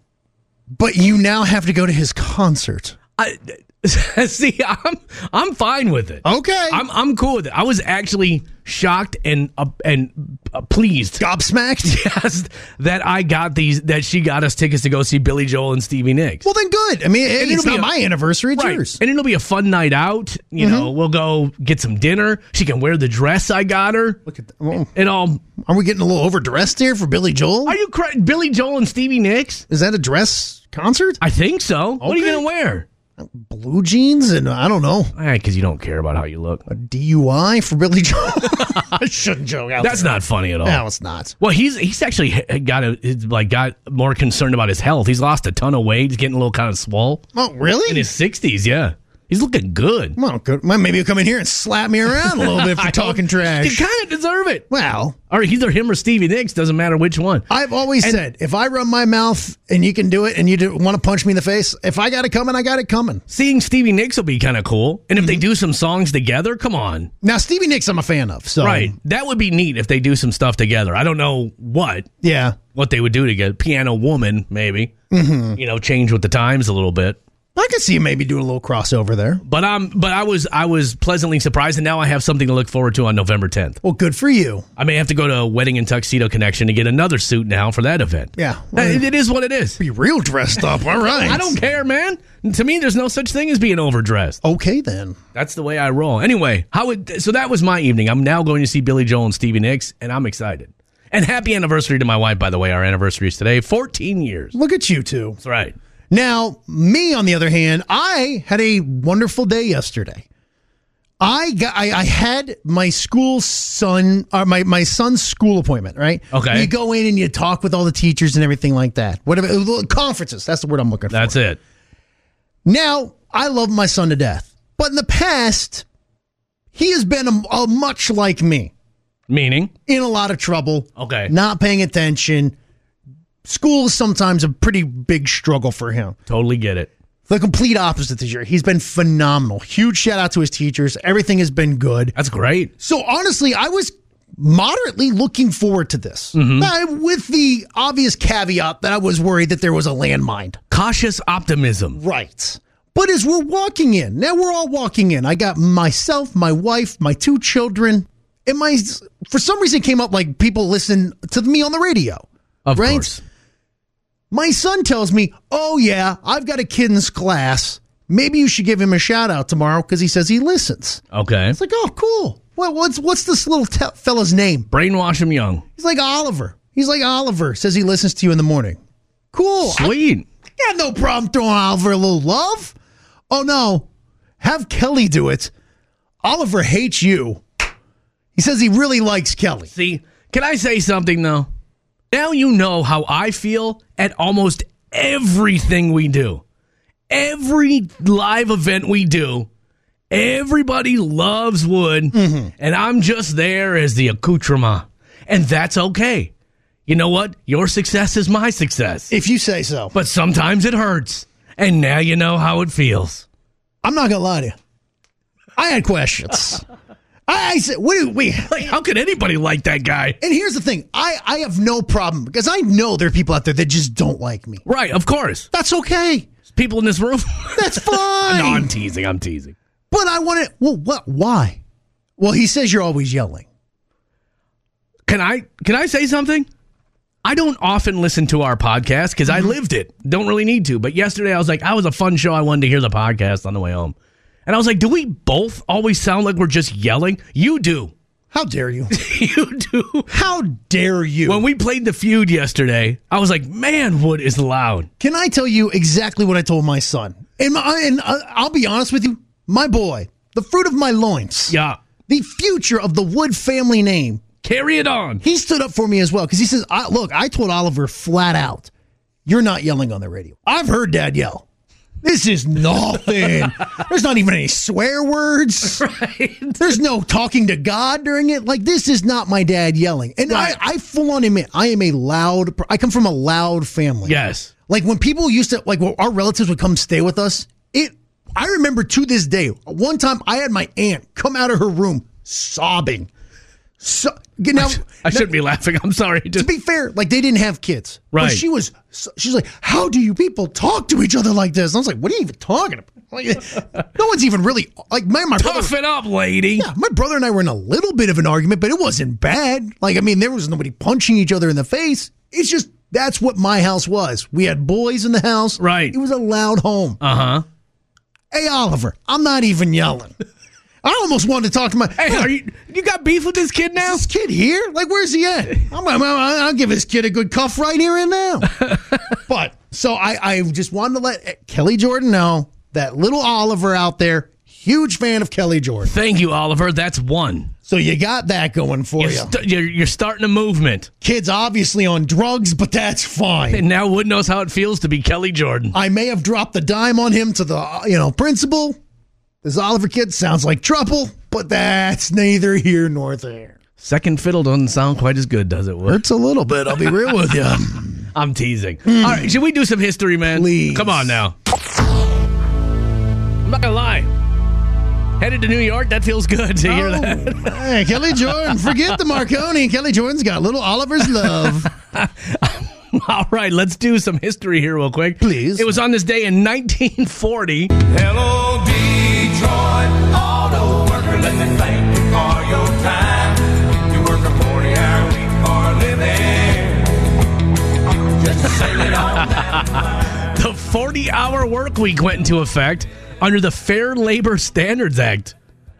S2: But you now have to go to his concert.
S1: I see. I'm I'm fine with it.
S2: Okay.
S1: I'm I'm cool with it. I was actually shocked and uh, and uh, pleased
S2: gobsmacked.
S1: yes, that I got these that she got us tickets to go see Billy Joel and Stevie Nicks.
S2: Well, then good. I mean, it-
S1: And
S2: it's
S1: it'll be
S2: not
S1: a-
S2: my anniversary. It's
S1: Right.
S2: yours.
S1: And it'll be a fun night out. You
S2: Mm-hmm.
S1: know, we'll go get some dinner. She can wear the dress I got her.
S2: Look at that. Well,
S1: And all.
S2: are we getting a little overdressed here for Billy Joel?
S1: Are you cra- Billy Joel and Stevie Nicks?
S2: Is that a dress concert?
S1: I think so. What are you
S2: Okay.
S1: gonna wear?
S2: Blue jeans and I don't know
S1: Because you don't care about how you look.
S2: DUI for Billy Joel. I shouldn't joke out.
S1: That's not funny at all.
S2: No, it's not.
S1: Well, he's he's actually got a, he's, like got more concerned about his health. He's lost a ton of weight. He's getting a little kind of swole
S2: Oh,
S1: in
S2: really?
S1: his sixties. Yeah, He's looking good.
S2: Well, good. Well, maybe he'll come in here and slap me around a little bit for talking
S1: You
S2: trash.
S1: kind of deserve it.
S2: Wow.
S1: Or either him or Stevie Nicks, doesn't matter which one.
S2: I've always
S1: And-
S2: said, if I run my mouth and you can do it and you do, want to punch me in the face, if I got it coming, I got it coming.
S1: Seeing Stevie Nicks will be kind of cool. And if they do some songs together, come on.
S2: Now, Stevie Nicks, I'm a fan of. So,
S1: Right. That would be neat if they do some stuff together. I don't know what
S2: Yeah.
S1: what they would do together. Piano Woman, maybe. You know, change with the times a little bit.
S2: I could see you maybe doing a little crossover there.
S1: But I'm but I was I was pleasantly surprised and now I have something to look forward to on November 10th.
S2: Well, good for you.
S1: I may have to go to a wedding and tuxedo connection to get another suit now for that event.
S2: Yeah.
S1: Uh, it- it is what it is.
S2: Be real dressed up. All right.
S1: I don't care, man. To me there's no such thing as being overdressed.
S2: Okay, then.
S1: That's the way I roll. Anyway, how would so that was my evening. I'm now going to see Billy Joel and Stevie Nicks, and I'm excited. And happy anniversary to my wife, by the way. Our anniversary is today, 14 years.
S2: Look at you two.
S1: That's right.
S2: Now, me on the other hand, I had a wonderful day yesterday. I got I, I had my school son or my, my son's school appointment, right?
S1: Okay.
S2: You go in and you talk with all the teachers and everything like that. Whatever uh, conferences, that's the word I'm looking for.
S1: That's it.
S2: Now, I love my son to death. But in the past, he has been a, a much like me
S1: Meaning,
S2: in a lot of trouble.
S1: Okay.
S2: Not paying attention. School is sometimes a pretty big struggle for him.
S1: totally get it.
S2: The complete opposite this year. He's been phenomenal. Huge shout out to his teachers. Everything has been good.
S1: That's great.
S2: So honestly, I was moderately looking forward to this. I- with the obvious caveat that I was worried that there was a landmine.
S1: Cautious optimism.
S2: Right. But as we're walking in, now we're all walking in. I got myself, my wife, my two children, and my for some reason it came up like people listen to me on the radio.
S1: Of
S2: Right.
S1: course.
S2: My son tells me, Oh, yeah, I've got a kid in this class. Maybe you should give him a shout out tomorrow because he says he listens.
S1: Okay.
S2: It's like, Oh, cool. Well, what's, what's this little te- fella's name?
S1: Brainwash him young.
S2: He's like Oliver. He's like Oliver, says he listens to you in the morning. Cool. I
S1: Sweet.
S2: got no problem throwing Oliver a little love. Oh, no. Have Kelly do it. Oliver hates you. He says he really likes Kelly.
S1: See, can I say something though? Now you know how I feel at almost everything we do. Every live event we do, everybody loves Wood, and I'm just there as the accoutrement. And that's okay. You know what? Your success is my success.
S2: If you say so.
S1: But sometimes it hurts. And now you know how it feels.
S2: I'm not going to lie to you. I had questions. I, I said, what do we?
S1: Like, how could anybody like that guy?
S2: And here's the thing I, I have no problem because I know there are people out there that just don't like me.
S1: Right, of course.
S2: That's okay.
S1: People in this room.
S2: That's fine.
S1: no, I'm teasing. I'm teasing.
S2: but I want to. Well, what? Why? Well, he says you're always yelling.
S1: Can I can I say something? I don't often listen to our podcast because
S2: Mm-hmm.
S1: I lived it. Don't really need to. But yesterday I was like, I was a fun show. I wanted to hear the podcast on the way home. And I was like, do we both always sound like we're just yelling? You do.
S2: How dare you?
S1: you do.
S2: How dare you?
S1: When we played the feud yesterday, I was like, man, Wood is loud.
S2: Can I tell you exactly what I told my son? And, my, and uh, I'll be honest with you, my boy, the fruit of my loins,
S1: Yeah.
S2: the future of the Wood family name,
S1: Carry it on.
S2: he stood up for me as well because he says, I, "Look, I told Oliver flat out, you're not yelling on the radio. I've heard Dad yell. This is nothing. There's not even any swear words. There's no talking to God during it. Like this is not my dad yelling. And
S1: Right.
S2: I, I full on admit, I am a loud. per- I come from a loud family.
S1: Yes.
S2: Like when people used to, like when our relatives would come stay with us. It. I remember to this day. One time, I had my aunt come out of her room sobbing. So now,
S1: I shouldn't be laughing. I'm sorry.
S2: to
S1: Just,
S2: be fair, like they didn't have kids. But
S1: Right.
S2: she was. She's like, how do you people talk to each other like this? And I was like, what are you even talking about? Like, no one's even really like my my brother.
S1: Puff it up, lady.
S2: Yeah, my brother and I were in a little bit of an argument, but it wasn't bad. Like, I mean, there was nobody punching each other in the face. It's just that's what my house was. We had boys in the house.
S1: Right.
S2: It was a loud home.
S1: Uh huh.
S2: hey, Oliver, I'm not even yelling. I almost wanted to talk to my.
S1: Hey, are you you got beef with this kid now?
S2: this kid here? Like, where's he at? I'm, I'm, i will give this kid a good cuff right here and now. but so I, I just wanted to let Kelly Jordan know that little Oliver out there, huge fan of Kelly Jordan.
S1: Thank you, Oliver. That's one.
S2: So you got that going for you.
S1: You're, st- you're, you're starting a movement.
S2: Kid's obviously on drugs, but that's fine.
S1: And now Wood knows how it feels to be Kelly Jordan.
S2: I may have dropped the dime on him to the uh, you know principal, This Oliver kid sounds like trouble, but that's neither here nor there.
S1: Second fiddle doesn't sound quite as good, does it? Wood?
S2: Hurts a little bit. I'll be real with you.
S1: I'm teasing. All right, should we do some history, man?
S2: Please.
S1: Come on now. I'm not gonna lie. Headed to New York, that feels good to hear that.
S2: Oh, hey, Kelly Jordan, forget the Marconi. Kelly Jordan's got little Oliver's love.
S1: All right, let's do some history here real quick.
S2: Please.
S1: It was on this day in 1940.
S3: Hello, Detroit auto worker. Let me thank you for your time. You work a 40 hour week for a living. Just sail it on down.
S1: The 40 hour work week went into effect under the Fair Labor Standards Act.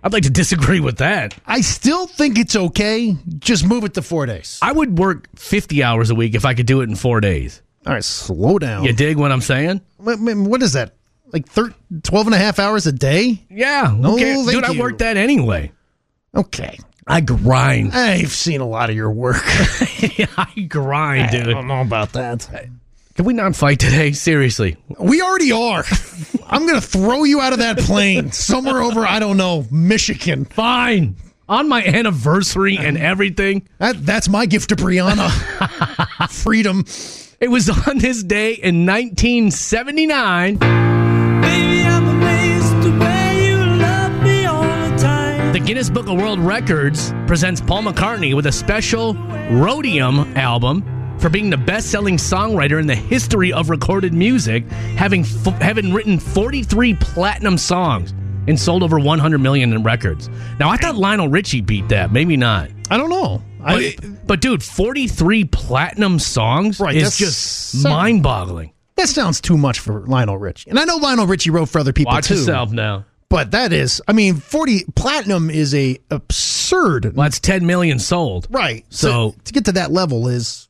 S1: I'd like to disagree with that.
S2: I still think it's okay. Just move it to four days.
S1: I would work 50 hours a week if I could do it in four days.
S2: All right, slow down.
S1: You dig what I'm saying?
S2: Wait, wait, What is that? Like thir- 12 and a half hours a day?
S1: Yeah.
S2: No,
S1: okay.
S2: thank
S1: Dude, I
S2: you.
S1: work that anyway.
S2: Okay.
S1: I grind.
S2: I've seen a lot of your work.
S1: I grind,
S2: I
S1: dude.
S2: don't know about that.
S1: Can we not fight today? Seriously.
S2: We already are. I'm going to throw you out of that plane somewhere over, I don't know, Michigan.
S1: Fine. On my anniversary and everything.
S2: That, that's my gift to Brianna. Freedom.
S1: It was on this day in 1979.
S3: Baby, I'm amazed the way you love me all the time.
S1: The Guinness Book of World Records presents Paul McCartney with a special Rhodium album for being the best-selling songwriter in the history of recorded music, having f- having written 43 platinum songs and sold over 100 million in records. Now, I thought Lionel Richie beat that, maybe not.
S2: I don't know.
S1: But,
S2: I,
S1: but dude, 43 platinum songs
S2: Right,
S1: is
S2: that's
S1: just
S2: so-
S1: mind-boggling.
S2: that sounds too much for Lionel Richie. And I know Lionel Richie wrote for other people
S1: Watch
S2: too. Mm.
S1: yourself now.
S2: But that is, I mean, 40 platinum is a absurd.
S1: Well, that's 10 million sold.
S2: Right.
S1: So-
S2: to, to get to that level is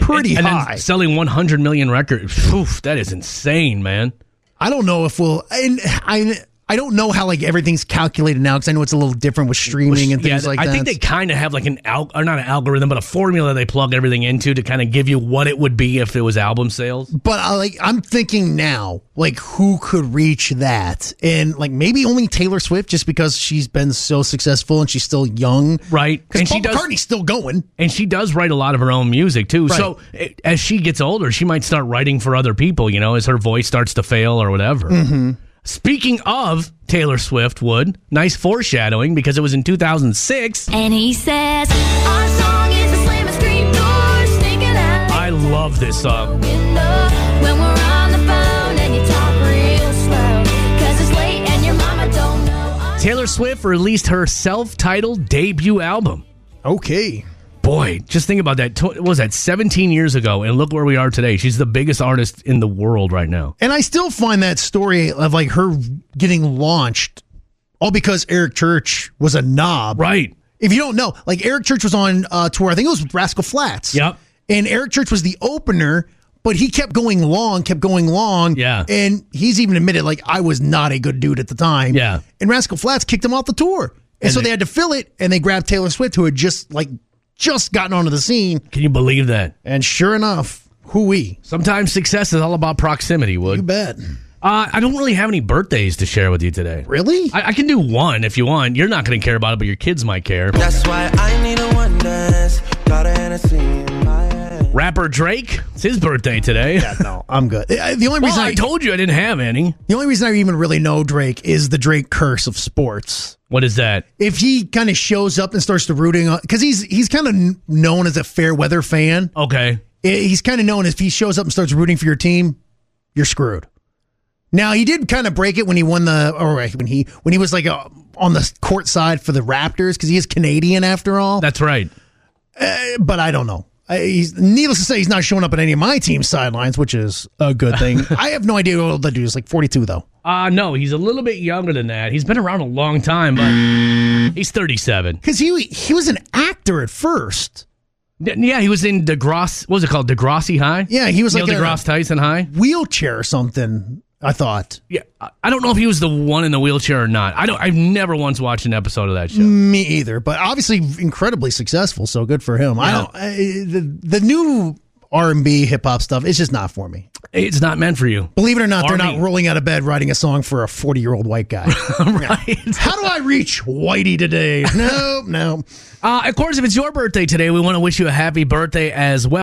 S2: pretty
S1: and
S2: high.
S1: then selling 100 million records. Oof, that is insane, man.
S2: I don't know if we'll. And I I don't know how like everything's calculated now because I know it's a little different with streaming and things
S1: yeah,
S2: like
S1: I
S2: that.
S1: think they kind of have like an al- or not an algorithm, but a formula they plug everything into to kind of give you what it would be if it was album sales.
S2: but I like I'm thinking now, like who could reach that? And like maybe only Taylor Swift, just because she's been so successful and she's still young,
S1: Right. And
S2: Because Paul
S1: she does-
S2: McCartney's still going.
S1: And she does write a lot of her own music too.
S2: Right.
S1: So eh, as she gets older, she might start writing for other people. You know, as her voice starts to fail or whatever.
S2: Mm-hmm.
S1: Speaking of Taylor Swift, would nice foreshadowing because it was in 2006.
S8: And he says, Our song is a slam and scream door, sneaking out.
S1: I love this song.
S8: window when we're on the phone and you talk real slow. 'Cause it's late and your mama don't know. I-
S1: Taylor Swift released her self-titled debut album.
S2: Okay,
S1: Boy, just think about that. Tw- what was that 17 years ago? And look where we are today. She's the biggest artist in the world right now.
S2: and I still find that story of like her getting launched, all because Eric Church was a knob,
S1: Right.
S2: If you don't know, like Eric Church was on uh, tour, I think it was with Rascal Flats.
S1: Yep.
S2: And Eric Church was the opener, but he kept going long, kept going long.
S1: Yeah.
S2: And he's even admitted, like, I was not a good dude at the time.
S1: Yeah.
S2: And Rascal Flats kicked him off the tour. And, so they,
S1: they-
S2: had to fill it, and they grabbed Taylor Swift, who had just, like, just gotten onto the scene.
S1: Can you believe that?
S2: And sure enough, hooey.
S1: Sometimes success is all about proximity,
S2: You
S1: Wood.
S2: bet.
S1: Uh, I don't really have any birthdays to share with you today.
S2: Really?
S1: I, I can do one if you want. You're not going to care about it, but your kids might care.
S10: That's why I need a one dance. Got a Hennessy in my hand.
S1: Rapper Drake, it's his birthday today.
S2: no, I'm good. I- The only
S1: Well,
S2: reason
S1: I told you I didn't have any.
S2: the only reason I even really know Drake is the Drake curse of sports.
S1: What is that?
S2: if he kind of shows up and starts to rooting on because he's he's kind of known as a fair weather fan.
S1: Okay.
S2: I- He's kind of known if he shows up and starts rooting for your team, you're screwed. Now he did kind of break it when he won the or when he when he was like uh on the court side for the Raptors because he is Canadian after all.
S1: That's right.
S2: but I don't know. I, he's needless to say he's not showing up at any of my team's sidelines, which is a good thing. I have no idea what old that dude is. Like 42 though.
S1: Uh, no, he's a little bit younger than that. He's been around a long time, but he's 37.
S2: Because he he was an actor at first.
S1: N- Yeah, he was in DeGrasse. What was it called? DeGrassi High.
S2: Yeah, he was
S1: Neil
S2: like a-
S1: DeGrasse Tyson High.
S2: wheelchair or something. I thought.
S1: Yeah, I- I don't know if he was the one in the wheelchair or not. I don't. I've never once watched an episode of that show.
S2: Me either, but obviously incredibly successful. So good for him. I don't. I, the, the new R and B, hip hop stuff. It's just not for me.
S1: It's not meant for you.
S2: Believe it or not, they're
S1: Army.
S2: not rolling out of bed writing a song for a forty-year-old white guy.
S1: right.
S2: How do I reach Whitey today? No, no.
S1: Uh, of course, if it's your birthday today, we want to wish you a happy birthday as well.